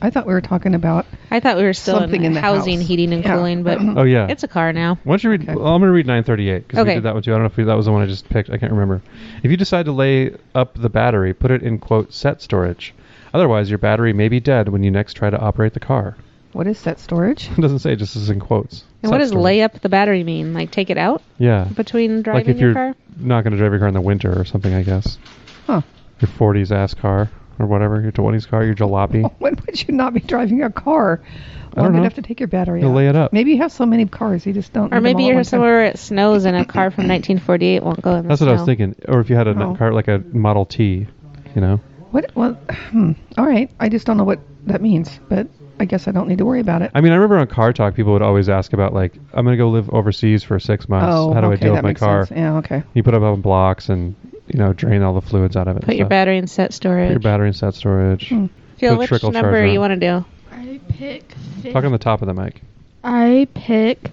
Speaker 4: I thought we were talking about.
Speaker 3: I thought we were still
Speaker 4: Something
Speaker 3: in,
Speaker 4: in the
Speaker 3: housing,
Speaker 4: house.
Speaker 3: heating, and
Speaker 4: Yeah.
Speaker 3: cooling, but
Speaker 2: Oh yeah.
Speaker 3: it's a car now.
Speaker 2: Why don't you read?
Speaker 4: Okay.
Speaker 2: Well, I'm going to read 9:38 because
Speaker 3: Okay.
Speaker 2: we did that one too. I don't know if we, that was the one I just picked. I can't remember. If you decide to lay up the battery, put it in quote set storage. Otherwise, your battery may be dead when you next try to operate the car.
Speaker 4: What is set storage?
Speaker 2: It doesn't say. It just is in quotes.
Speaker 3: And what
Speaker 2: Set
Speaker 3: does
Speaker 2: storage.
Speaker 3: lay up the battery mean? Like take it out
Speaker 2: Yeah.
Speaker 3: between driving
Speaker 2: like if
Speaker 3: your
Speaker 2: you're
Speaker 3: car?
Speaker 2: not going to drive your car in the winter or something, I guess.
Speaker 4: Huh.
Speaker 2: Your 40s ass car or whatever, your 20s car, your jalopy.
Speaker 4: When would you not be driving a car?
Speaker 2: I don't
Speaker 4: One would
Speaker 2: know.
Speaker 4: have to take your battery
Speaker 2: You
Speaker 4: out.
Speaker 2: lay it up.
Speaker 4: Maybe you have so many cars you just don't.
Speaker 3: Or
Speaker 4: need them
Speaker 3: maybe
Speaker 4: all at
Speaker 3: you're
Speaker 4: one time.
Speaker 3: somewhere where it snows and a car from 1948 won't go in the
Speaker 2: That's what I was
Speaker 3: snow.
Speaker 2: thinking. Or if you had a n-
Speaker 4: No.
Speaker 2: car like a Model T, you know.
Speaker 4: What? Well, hmm. all right. I just don't know what that means, but I guess I don't need to worry about it.
Speaker 2: I mean, I remember on Car Talk, people would always ask about like, I'm going to go live overseas for six months.
Speaker 4: oh,
Speaker 2: How do I
Speaker 4: okay,
Speaker 2: deal
Speaker 4: that
Speaker 2: with my
Speaker 4: makes
Speaker 2: car?
Speaker 4: Sense. Yeah, okay.
Speaker 2: You put it up on blocks and you know drain all the fluids out of it. and
Speaker 3: Put your
Speaker 2: stuff.
Speaker 3: battery in set storage.
Speaker 2: Put your battery in set storage.
Speaker 4: Hmm.
Speaker 3: Feel
Speaker 2: put
Speaker 3: which
Speaker 2: trickle
Speaker 3: number
Speaker 2: charger.
Speaker 3: you want to do.
Speaker 1: I pick.
Speaker 2: Talk on the top of the mic.
Speaker 1: I pick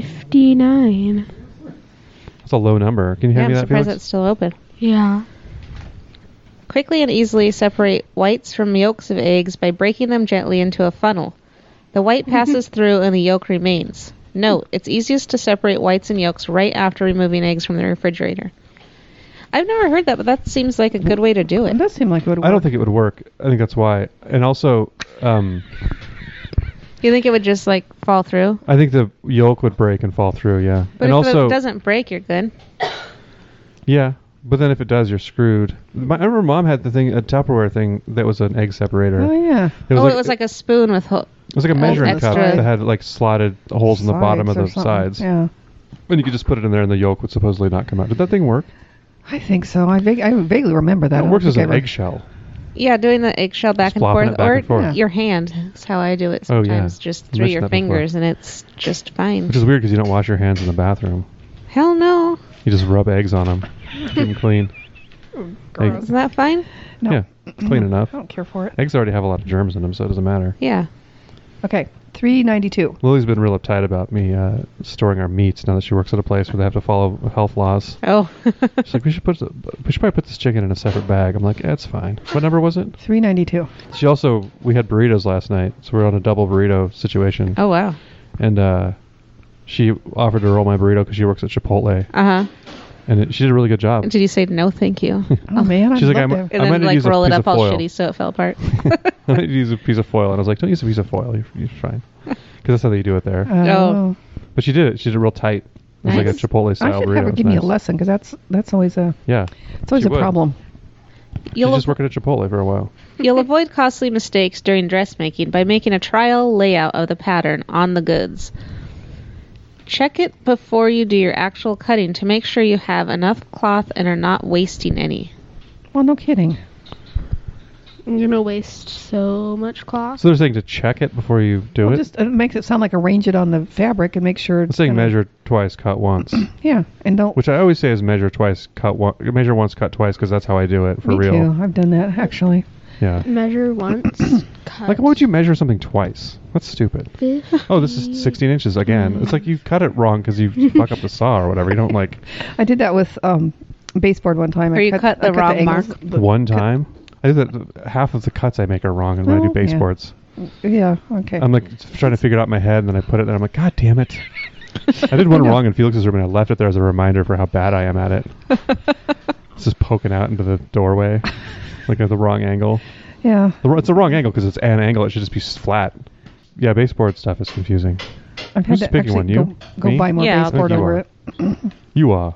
Speaker 1: fifty-nine.
Speaker 2: That's a low number. Can you
Speaker 3: Yeah,
Speaker 2: hand
Speaker 3: I'm
Speaker 2: me that,
Speaker 3: surprised
Speaker 2: Felix?
Speaker 3: it's still open.
Speaker 1: Yeah.
Speaker 3: Quickly and easily separate whites from yolks of eggs by breaking them gently into a funnel. The white passes through and the yolk remains. Note, it's easiest to separate whites and yolks right after removing eggs from the refrigerator. I've never heard that, but that seems like a good way to do
Speaker 4: It
Speaker 3: it.
Speaker 4: does seem like it would work.
Speaker 2: I don't think it would work. I think that's why. And also, um,
Speaker 3: You think it would just like fall through?
Speaker 2: I think the yolk would break and fall through. Yeah.
Speaker 3: But
Speaker 2: and
Speaker 3: if
Speaker 2: also,
Speaker 3: it doesn't break, you're good.
Speaker 2: yeah. But then if it does, you're screwed. My, I remember mom had the thing, a Tupperware thing that was an egg separator.
Speaker 4: Oh yeah.
Speaker 2: It was
Speaker 3: oh,
Speaker 2: like,
Speaker 3: it was like a spoon with hook.
Speaker 2: it was like a measuring
Speaker 3: extra-
Speaker 2: cup that had like slotted holes in the bottom of
Speaker 4: Sides or
Speaker 2: the
Speaker 4: something.
Speaker 2: sides.
Speaker 4: Yeah.
Speaker 2: And you could just put it in there, and the yolk would supposedly not come out. Did that thing work?
Speaker 4: I think so. I, vague, I vaguely remember that. I
Speaker 2: it
Speaker 4: don't
Speaker 2: works as
Speaker 4: think I
Speaker 2: an
Speaker 4: re-
Speaker 2: eggshell.
Speaker 3: Yeah, doing the eggshell back
Speaker 2: Just
Speaker 3: and
Speaker 2: flopping
Speaker 3: forth,
Speaker 2: it back
Speaker 3: or
Speaker 2: and forth.
Speaker 4: Yeah.
Speaker 3: your hand. That's how I do it
Speaker 2: Oh, yeah.
Speaker 3: sometimes, just
Speaker 2: You
Speaker 3: through
Speaker 2: mentioned
Speaker 3: your
Speaker 2: that before.
Speaker 3: fingers, and it's just fine.
Speaker 2: Which is weird because you don't wash your hands in the bathroom.
Speaker 3: Hell no.
Speaker 2: You just rub eggs on them. Good and clean.
Speaker 4: Gross.
Speaker 3: Is that fine?
Speaker 4: No.
Speaker 2: Yeah, clean enough.
Speaker 4: I don't care for it.
Speaker 2: Eggs already have a lot of germs in them, so it doesn't matter.
Speaker 3: Yeah.
Speaker 4: Okay, three ninety two.
Speaker 2: Lily's been real uptight about me uh, storing our meats now that she works at a place where they have to follow health laws.
Speaker 3: Oh.
Speaker 2: She's like, we should put the, we should probably put this chicken in a separate bag. I'm like, that's fine. What number was it?
Speaker 4: Three ninety two.
Speaker 2: She also we had burritos last night, so we're on a double burrito situation.
Speaker 3: oh wow.
Speaker 2: And uh, she offered to roll my burrito because she works at Chipotle,
Speaker 3: Uh huh.
Speaker 2: and it, she did a really good job.
Speaker 3: Did you say no? Thank you.
Speaker 4: Oh man,
Speaker 2: She's
Speaker 4: I'd
Speaker 2: like,
Speaker 4: love to
Speaker 2: I'm-
Speaker 4: have-
Speaker 3: And
Speaker 2: I might
Speaker 3: then
Speaker 2: need to
Speaker 3: like
Speaker 2: use a
Speaker 3: roll it
Speaker 2: piece
Speaker 3: up
Speaker 2: of
Speaker 3: all
Speaker 2: foil.
Speaker 3: shitty so it fell apart.
Speaker 2: I need to use a piece of foil, and I was like, don't use a piece of foil. You're, you're fine, because that's how they do it
Speaker 4: Uh.
Speaker 2: there.
Speaker 3: Oh.
Speaker 2: But she did it. She did it real tight. It was like
Speaker 3: Nice.
Speaker 2: a Chipotle
Speaker 4: I
Speaker 2: style burrito.
Speaker 4: should have her
Speaker 2: It was
Speaker 4: give me a
Speaker 2: nice.
Speaker 4: lesson because that's that's always a
Speaker 2: Yeah.
Speaker 4: it's always
Speaker 2: She
Speaker 4: a
Speaker 2: would.
Speaker 4: problem.
Speaker 2: She
Speaker 3: You'll
Speaker 2: just worked at a Chipotle for a while.
Speaker 3: You'll avoid costly mistakes during dressmaking by making a trial layout of the pattern on the goods. Check it before you do your actual cutting to make sure you have enough cloth and are not wasting any.
Speaker 4: Well, no kidding.
Speaker 1: I'm gonna waste so much cloth.
Speaker 2: So they're saying to check it before you do
Speaker 4: Well,
Speaker 2: it.
Speaker 4: just it makes it sound like arrange it on the fabric and make sure.
Speaker 2: It's saying measure twice, cut once,
Speaker 4: Yeah, and don't.
Speaker 2: which I always say is measure twice, cut once. Measure once, cut twice, because that's how I do it for
Speaker 4: me
Speaker 2: real.
Speaker 4: too. I've done that actually.
Speaker 2: Yeah.
Speaker 1: Measure once. cut.
Speaker 2: Like, why would you measure something twice? That's stupid. Oh, this is 16 inches again. It's like you cut it wrong because you fuck up the saw or whatever. You don't like
Speaker 4: I did that with um baseboard one time.
Speaker 3: Or
Speaker 4: I
Speaker 3: you cut
Speaker 4: I
Speaker 3: the wrong
Speaker 4: angles.
Speaker 3: mark.
Speaker 4: But-
Speaker 2: one time. I do that. Half of the cuts I make are wrong, and when I
Speaker 4: Well,
Speaker 2: do
Speaker 4: yeah.
Speaker 2: baseboards,
Speaker 4: Yeah. Okay.
Speaker 2: I'm like trying to figure it out in my head, and then I put it there. I'm like, God damn it! I did one wrong in Felix's room, and I left it there as a reminder for how bad I am at it. it's just poking out into the doorway, like at the wrong angle.
Speaker 4: yeah.
Speaker 2: The wr- It's the wrong angle because it's an angle. It should just be s- flat. Yeah, baseboard stuff is confusing.
Speaker 4: I've had
Speaker 2: who's
Speaker 4: to
Speaker 2: picking
Speaker 4: actually
Speaker 2: one, you?
Speaker 4: go, go
Speaker 2: Me?
Speaker 4: buy more
Speaker 3: Yeah, I'll
Speaker 4: baseboard
Speaker 2: pick you
Speaker 4: over
Speaker 2: up.
Speaker 4: it.
Speaker 2: You are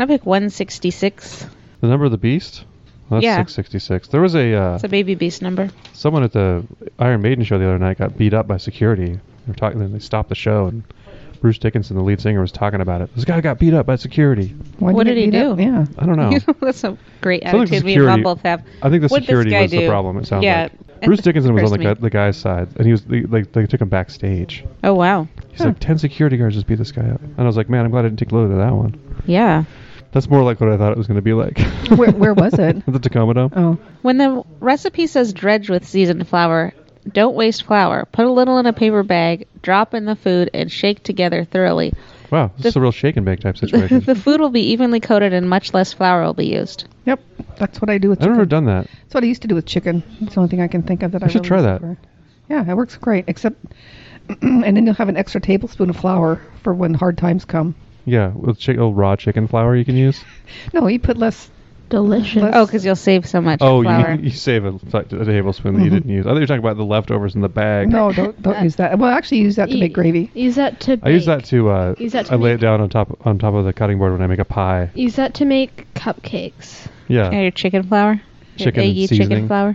Speaker 3: I pick 166.
Speaker 2: the number of the beast. Well, that's
Speaker 3: Yeah.
Speaker 2: 666. There was a uh,
Speaker 3: It's a baby beast number.
Speaker 2: someone at the Iron Maiden show the other night got beat up by security. They were talking. They stopped the show, and Bruce Dickinson, the lead singer, was talking about it. This guy got beat up by security.
Speaker 4: Why
Speaker 3: What
Speaker 4: it
Speaker 3: did he
Speaker 4: beat up?
Speaker 3: do?
Speaker 4: Yeah.
Speaker 2: I don't know.
Speaker 3: That's a great
Speaker 2: I think
Speaker 3: attitude me and
Speaker 2: Oh. security-
Speaker 3: Bob both have.
Speaker 2: I think the
Speaker 3: What'd this
Speaker 2: security
Speaker 3: guy
Speaker 2: was the
Speaker 3: do?
Speaker 2: problem. It sounds
Speaker 3: Yeah.
Speaker 2: like Bruce Dickinson was on
Speaker 3: Cursed
Speaker 2: the,
Speaker 3: me.
Speaker 2: guy, the guy's side, and he was they, like they took him backstage.
Speaker 3: Oh, wow.
Speaker 2: He's like ten security guards just beat this guy up, and I was like, man, I'm glad I didn't take a load of that one.
Speaker 3: Yeah.
Speaker 2: That's more like what I thought it was going to be like.
Speaker 4: Where, where was it?
Speaker 2: the Tacoma Dome.
Speaker 4: Oh,
Speaker 3: When the recipe says dredge with seasoned flour, don't waste flour. Put a little in a paper bag, drop in the food, and shake together thoroughly.
Speaker 2: Wow, this is a real shake and bake type situation.
Speaker 3: the food will be evenly coated and much less flour will be used.
Speaker 4: yep. That's what I do with.
Speaker 2: I've
Speaker 4: chicken.
Speaker 2: never done that.
Speaker 4: That's what I used to do with chicken. That's the only thing I can think of that I,
Speaker 2: I should
Speaker 4: really
Speaker 2: try that.
Speaker 4: prefer. Yeah, it works great. Except, and then you'll have an extra tablespoon of flour for when hard times come.
Speaker 2: Yeah, with chick- old raw chicken flour you can use.
Speaker 4: No, you put less.
Speaker 1: Delicious.
Speaker 4: Let's-
Speaker 3: Oh, because you'll save so much
Speaker 2: Oh,
Speaker 3: flour.
Speaker 2: you, you save a, t- a tablespoon that you didn't use. I thought you were talking about the leftovers in the bag.
Speaker 4: No, don't don't use that. Well, I actually, use that to make gravy.
Speaker 1: Use that to.
Speaker 2: I use that
Speaker 1: bake.
Speaker 2: to. Uh,
Speaker 1: Use that to
Speaker 2: I lay it
Speaker 1: make-
Speaker 2: down on top on top of the cutting board when I make a pie.
Speaker 1: Use that to make cupcakes.
Speaker 2: Yeah,
Speaker 3: Yeah, your chicken flour. Your
Speaker 2: Chicken
Speaker 3: eggy
Speaker 2: seasoning.
Speaker 3: chicken flour.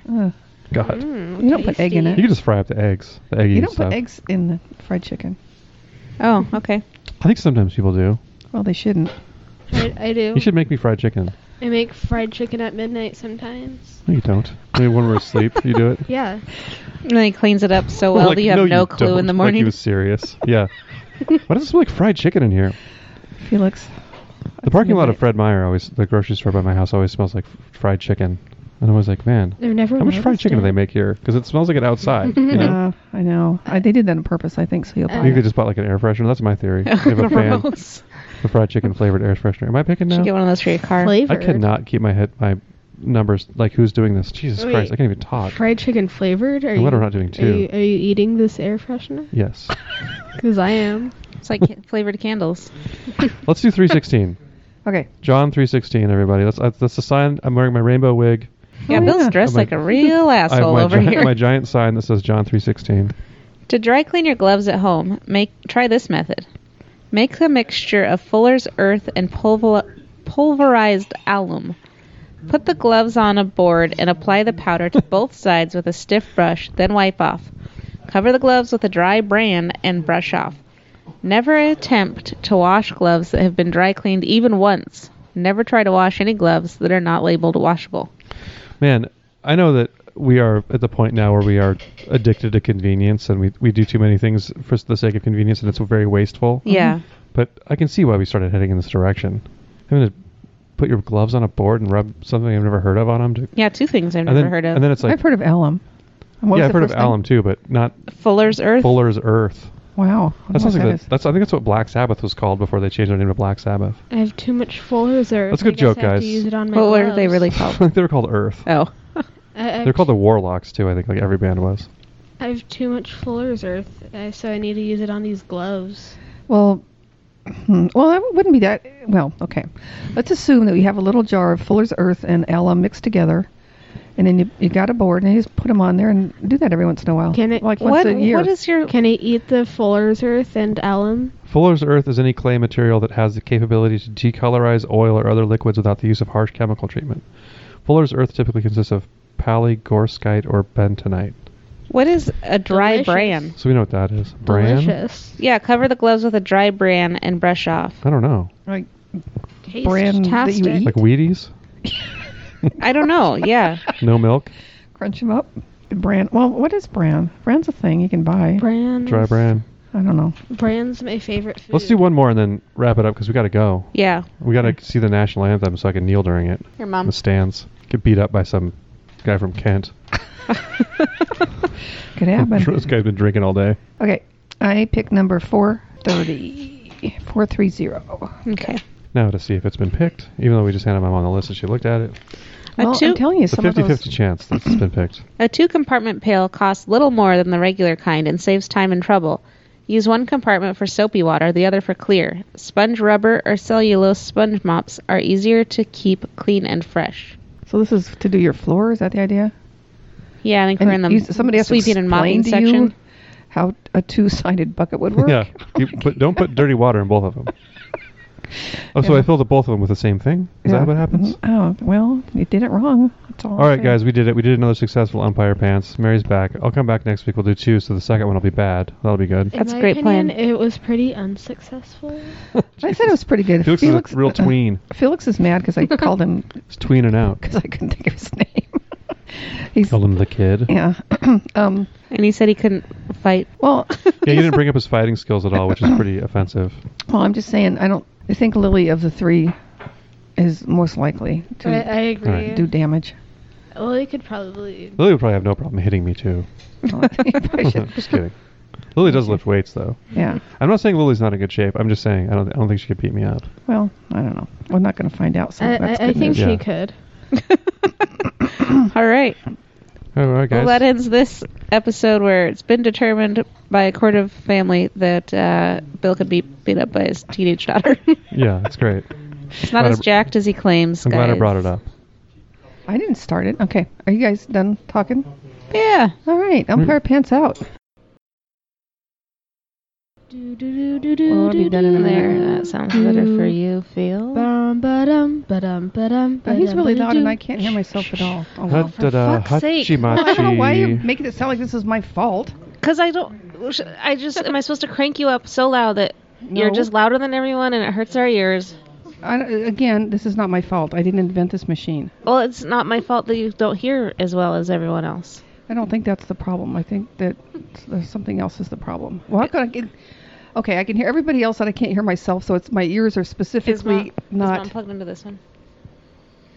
Speaker 2: God,
Speaker 4: You don't put egg in
Speaker 2: you
Speaker 4: it.
Speaker 2: can just fry up the eggs. The eggy
Speaker 4: You don't
Speaker 2: stuff.
Speaker 4: put eggs in the fried chicken.
Speaker 3: Oh, okay.
Speaker 2: I think sometimes people do.
Speaker 4: Well, they shouldn't.
Speaker 1: I, I do.
Speaker 2: You should make me fried chicken.
Speaker 1: I make fried chicken at midnight sometimes.
Speaker 2: No, you don't. Maybe when we're asleep, you do it.
Speaker 1: Yeah.
Speaker 3: And then he cleans it up so well
Speaker 2: Like,
Speaker 3: that you have no, clue
Speaker 2: don't.
Speaker 3: in the
Speaker 2: Like he
Speaker 3: morning.
Speaker 2: was serious. Yeah. Why does it smell like fried chicken in here?
Speaker 4: Felix,
Speaker 2: The parking lot of Fred Meyer always, the grocery store by my house, always smells like f- fried chicken. And I was like, man,
Speaker 1: I've never.
Speaker 2: how much fried chicken do they make here? Because it smells like it outside. you know?
Speaker 4: uh, I know. I, they did that on purpose, I think, so you'll
Speaker 2: I think
Speaker 4: buy
Speaker 2: they
Speaker 4: it.
Speaker 2: just bought like an air freshener. That's my theory. They have a fan,
Speaker 3: Gross.
Speaker 2: a fried chicken flavored air freshener. Am I picking
Speaker 3: Should get
Speaker 2: now?
Speaker 3: one of those for your car.
Speaker 2: I
Speaker 1: Flavored.
Speaker 2: cannot keep my head, my numbers, like who's doing this. Jesus
Speaker 3: Oh,
Speaker 1: Wait.
Speaker 2: Christ, I can't even talk.
Speaker 1: Fried chicken flavored? Are
Speaker 2: I'm
Speaker 1: you,
Speaker 2: glad we're not doing
Speaker 1: are you,
Speaker 2: two.
Speaker 1: are you eating this air freshener?
Speaker 2: Yes.
Speaker 1: Because I am.
Speaker 3: It's like flavored candles.
Speaker 2: Let's do 316.
Speaker 4: Okay.
Speaker 2: John 316, everybody. That's that's- that's the sign. I'm wearing my rainbow wig.
Speaker 3: Yeah, Bill's
Speaker 4: yeah.
Speaker 3: dressed
Speaker 2: I'm
Speaker 3: like a real
Speaker 2: I have
Speaker 3: asshole
Speaker 2: my,
Speaker 3: over
Speaker 2: gi-
Speaker 3: here.
Speaker 2: my giant sign that says John 316.
Speaker 3: To dry clean your gloves at home, make try this method. Make a mixture of fuller's earth and pulver, pulverized alum. Put the gloves on a board and apply the powder to both sides with a stiff brush, then wipe off. Cover the gloves with a dry bran and brush off. Never attempt to wash gloves that have been dry cleaned even once. Never try to wash any gloves that are not labeled washable.
Speaker 2: Man, I know that we are at the point now where we are addicted to convenience and we, we do too many things for the sake of convenience and it's very wasteful.
Speaker 3: Yeah.
Speaker 2: But I can see why we started heading in this direction. Having to put your gloves on a board and rub something I've never heard of on them? To,
Speaker 3: Yeah, two things I've
Speaker 2: and
Speaker 3: never
Speaker 2: then,
Speaker 3: heard of.
Speaker 2: And then it's like,
Speaker 4: I've heard of alum. And what
Speaker 2: yeah, I've
Speaker 4: was the
Speaker 2: heard of
Speaker 4: first thing?
Speaker 2: alum too, but not
Speaker 3: Fuller's Earth.
Speaker 2: Fuller's Earth.
Speaker 4: Wow. I don't know
Speaker 2: That sounds like
Speaker 4: what that
Speaker 2: that
Speaker 4: is.
Speaker 2: that's. I think that's what Black Sabbath was called before they changed their name to Black Sabbath.
Speaker 1: I have too much full reserve.
Speaker 2: That's a good
Speaker 1: I guess
Speaker 2: joke,
Speaker 1: I have
Speaker 2: guys.
Speaker 1: To use it on my
Speaker 3: what were they
Speaker 1: gloves.
Speaker 3: really
Speaker 2: I
Speaker 3: called?
Speaker 2: think they were called Earth.
Speaker 3: oh.
Speaker 1: I, I,
Speaker 2: They're called the Warlocks too. I think like every band was.
Speaker 1: I have too much full reserve, uh, so I need to use it on these gloves.
Speaker 4: Well, hmm, well, that wouldn't be that. Well, okay. Let's assume that we have a little jar of Fuller's Earth and alum mixed together, and then you, you got a board and you just put them on there and do that every once in a while.
Speaker 1: Can it-
Speaker 4: like
Speaker 3: What,
Speaker 4: once a year?
Speaker 3: what is your.
Speaker 1: Can I eat the Fuller's Earth and alum?
Speaker 2: Fuller's Earth is any clay material that has the capability to decolorize oil or other liquids without the use of harsh chemical treatment. Fuller's Earth typically consists of palygorskite or bentonite.
Speaker 3: What is a dry
Speaker 1: Delicious.
Speaker 3: bran?
Speaker 2: So we know what that is. Bran?
Speaker 1: Delicious.
Speaker 3: Yeah, cover the gloves with a dry bran and brush off.
Speaker 2: I don't know.
Speaker 4: like
Speaker 1: Tastes
Speaker 4: bran that you
Speaker 1: tastic.
Speaker 4: eat?
Speaker 2: Like Wheaties?
Speaker 3: I don't know. Yeah.
Speaker 2: No milk?
Speaker 4: crunch them up. Bran. Well, what is bran? Bran's a thing you can buy.
Speaker 1: Bran's,
Speaker 2: Dry bran.
Speaker 4: I don't know.
Speaker 1: Bran's my favorite food.
Speaker 2: Let's do one more and then wrap it up because we got to go.
Speaker 3: Yeah.
Speaker 2: We got to see the national anthem so I can kneel during it.
Speaker 3: Your
Speaker 2: In
Speaker 3: mom.
Speaker 2: the stands. Get beat up by some guy from Kent.
Speaker 4: Could happen.
Speaker 2: this guy's been drinking all day.
Speaker 4: okay, I pick number four thirty. Four three zero.
Speaker 3: Okay.
Speaker 2: Now to see if it's been picked, even though we just handed my mom the list and she looked at it.
Speaker 3: A
Speaker 4: Well, I'm
Speaker 3: two
Speaker 4: telling you,
Speaker 2: It's a
Speaker 4: some of
Speaker 2: 50
Speaker 4: those.
Speaker 2: 50 chance that it's been picked.
Speaker 3: a two compartment pail costs little more than the regular kind and saves time and trouble. Use one compartment for soapy water, the other for clear. Sponge rubber or cellulose sponge mops are easier to keep clean and fresh.
Speaker 4: So this is to do your floor. Is that the idea?
Speaker 3: Yeah, I think
Speaker 4: And
Speaker 3: we're in the
Speaker 4: you- somebody has to
Speaker 3: sweeping and mopping
Speaker 4: explain to you
Speaker 3: section.
Speaker 4: How a two-sided bucket would work?
Speaker 2: Yeah, you put, don't put dirty water in both of them. Oh, so I filled up both of them with the same thing. Is
Speaker 4: Yeah.
Speaker 2: that what happens?
Speaker 4: Mhm. Oh well, you did it wrong. That's all.
Speaker 2: All right, guys, we did it. We did another successful umpire pants. Mary's back. I'll come back next week. We'll do two, so the second one will be bad. That'll be good.
Speaker 1: In
Speaker 3: That's a
Speaker 1: my
Speaker 3: great
Speaker 1: opinion,
Speaker 3: plan.
Speaker 1: It was pretty unsuccessful.
Speaker 4: I said it was pretty good.
Speaker 2: Felix, is a real
Speaker 4: uh,
Speaker 2: tween.
Speaker 4: Felix is mad because I called him
Speaker 2: He's tweening out.
Speaker 4: because I couldn't think of his name. He's
Speaker 2: Call him the kid. Yeah,
Speaker 4: yeah. um.
Speaker 3: And he said he couldn't fight.
Speaker 4: Well,
Speaker 2: you didn't bring up his fighting skills at all, which is pretty offensive.
Speaker 4: well, I'm just saying. I don't. I think Lily of the three is most likely
Speaker 1: I,
Speaker 4: to
Speaker 1: I agree.
Speaker 2: All right.
Speaker 4: do damage.
Speaker 1: Lily could probably.
Speaker 2: Lily would probably have no problem hitting me, too.
Speaker 4: I should-
Speaker 2: just kidding. Lily does lift weights, though.
Speaker 4: yeah.
Speaker 2: I'm not saying Lily's not in good shape. I'm just saying I don't, I don't think she could beat me up.
Speaker 4: Well, I don't know. We're not going to find out. So
Speaker 1: I, I,
Speaker 4: that's
Speaker 1: I
Speaker 4: good
Speaker 1: think
Speaker 4: news.
Speaker 1: she
Speaker 2: Yeah.
Speaker 1: could.
Speaker 4: Hmm.
Speaker 3: All right.
Speaker 2: All right, guys.
Speaker 3: Well, that ends this episode where it's been determined by a court of family that uh, Bill could be beat up by his teenage daughter.
Speaker 2: yeah, that's great.
Speaker 3: it's not
Speaker 2: Glad
Speaker 3: as
Speaker 2: I-
Speaker 3: jacked as he claims.
Speaker 2: I'm glad I
Speaker 3: guys.
Speaker 2: brought it up.
Speaker 4: I didn't start it. Okay. Are you guys done talking?
Speaker 3: Yeah.
Speaker 4: All right. Umpire pants out.
Speaker 1: Do, do, do, do, do,
Speaker 3: We'll
Speaker 1: do,
Speaker 3: be done
Speaker 1: do,
Speaker 3: in there.
Speaker 1: do.
Speaker 3: That sounds better for
Speaker 9: Mm.
Speaker 3: you, Phil.
Speaker 1: Bum, ba-dum, ba-dum, ba-dum,
Speaker 4: Oh, he's
Speaker 1: ba-dum,
Speaker 4: really loud and
Speaker 1: ba-dum.
Speaker 4: I can't hear myself at all. Oh, well.
Speaker 2: Da-da-da,
Speaker 1: fuck's sake.
Speaker 2: hachi-machi.
Speaker 4: I don't know why you're making it sound like this is my fault.
Speaker 9: Because I don't. I just. Am I supposed to crank you up so loud that you're
Speaker 4: No.
Speaker 9: just louder than everyone and it hurts our ears?
Speaker 4: I, don't- uh, again, this is not my fault. I didn't invent this machine.
Speaker 9: Well, it's not my fault that you don't hear as well as everyone else.
Speaker 4: I don't think that's the problem. I think that there's something else is the problem. Well, how could I get? Okay, I can hear everybody else, and I can't hear myself. So it's my ears are specifically
Speaker 9: Is mom
Speaker 4: not.
Speaker 9: plugged into this one?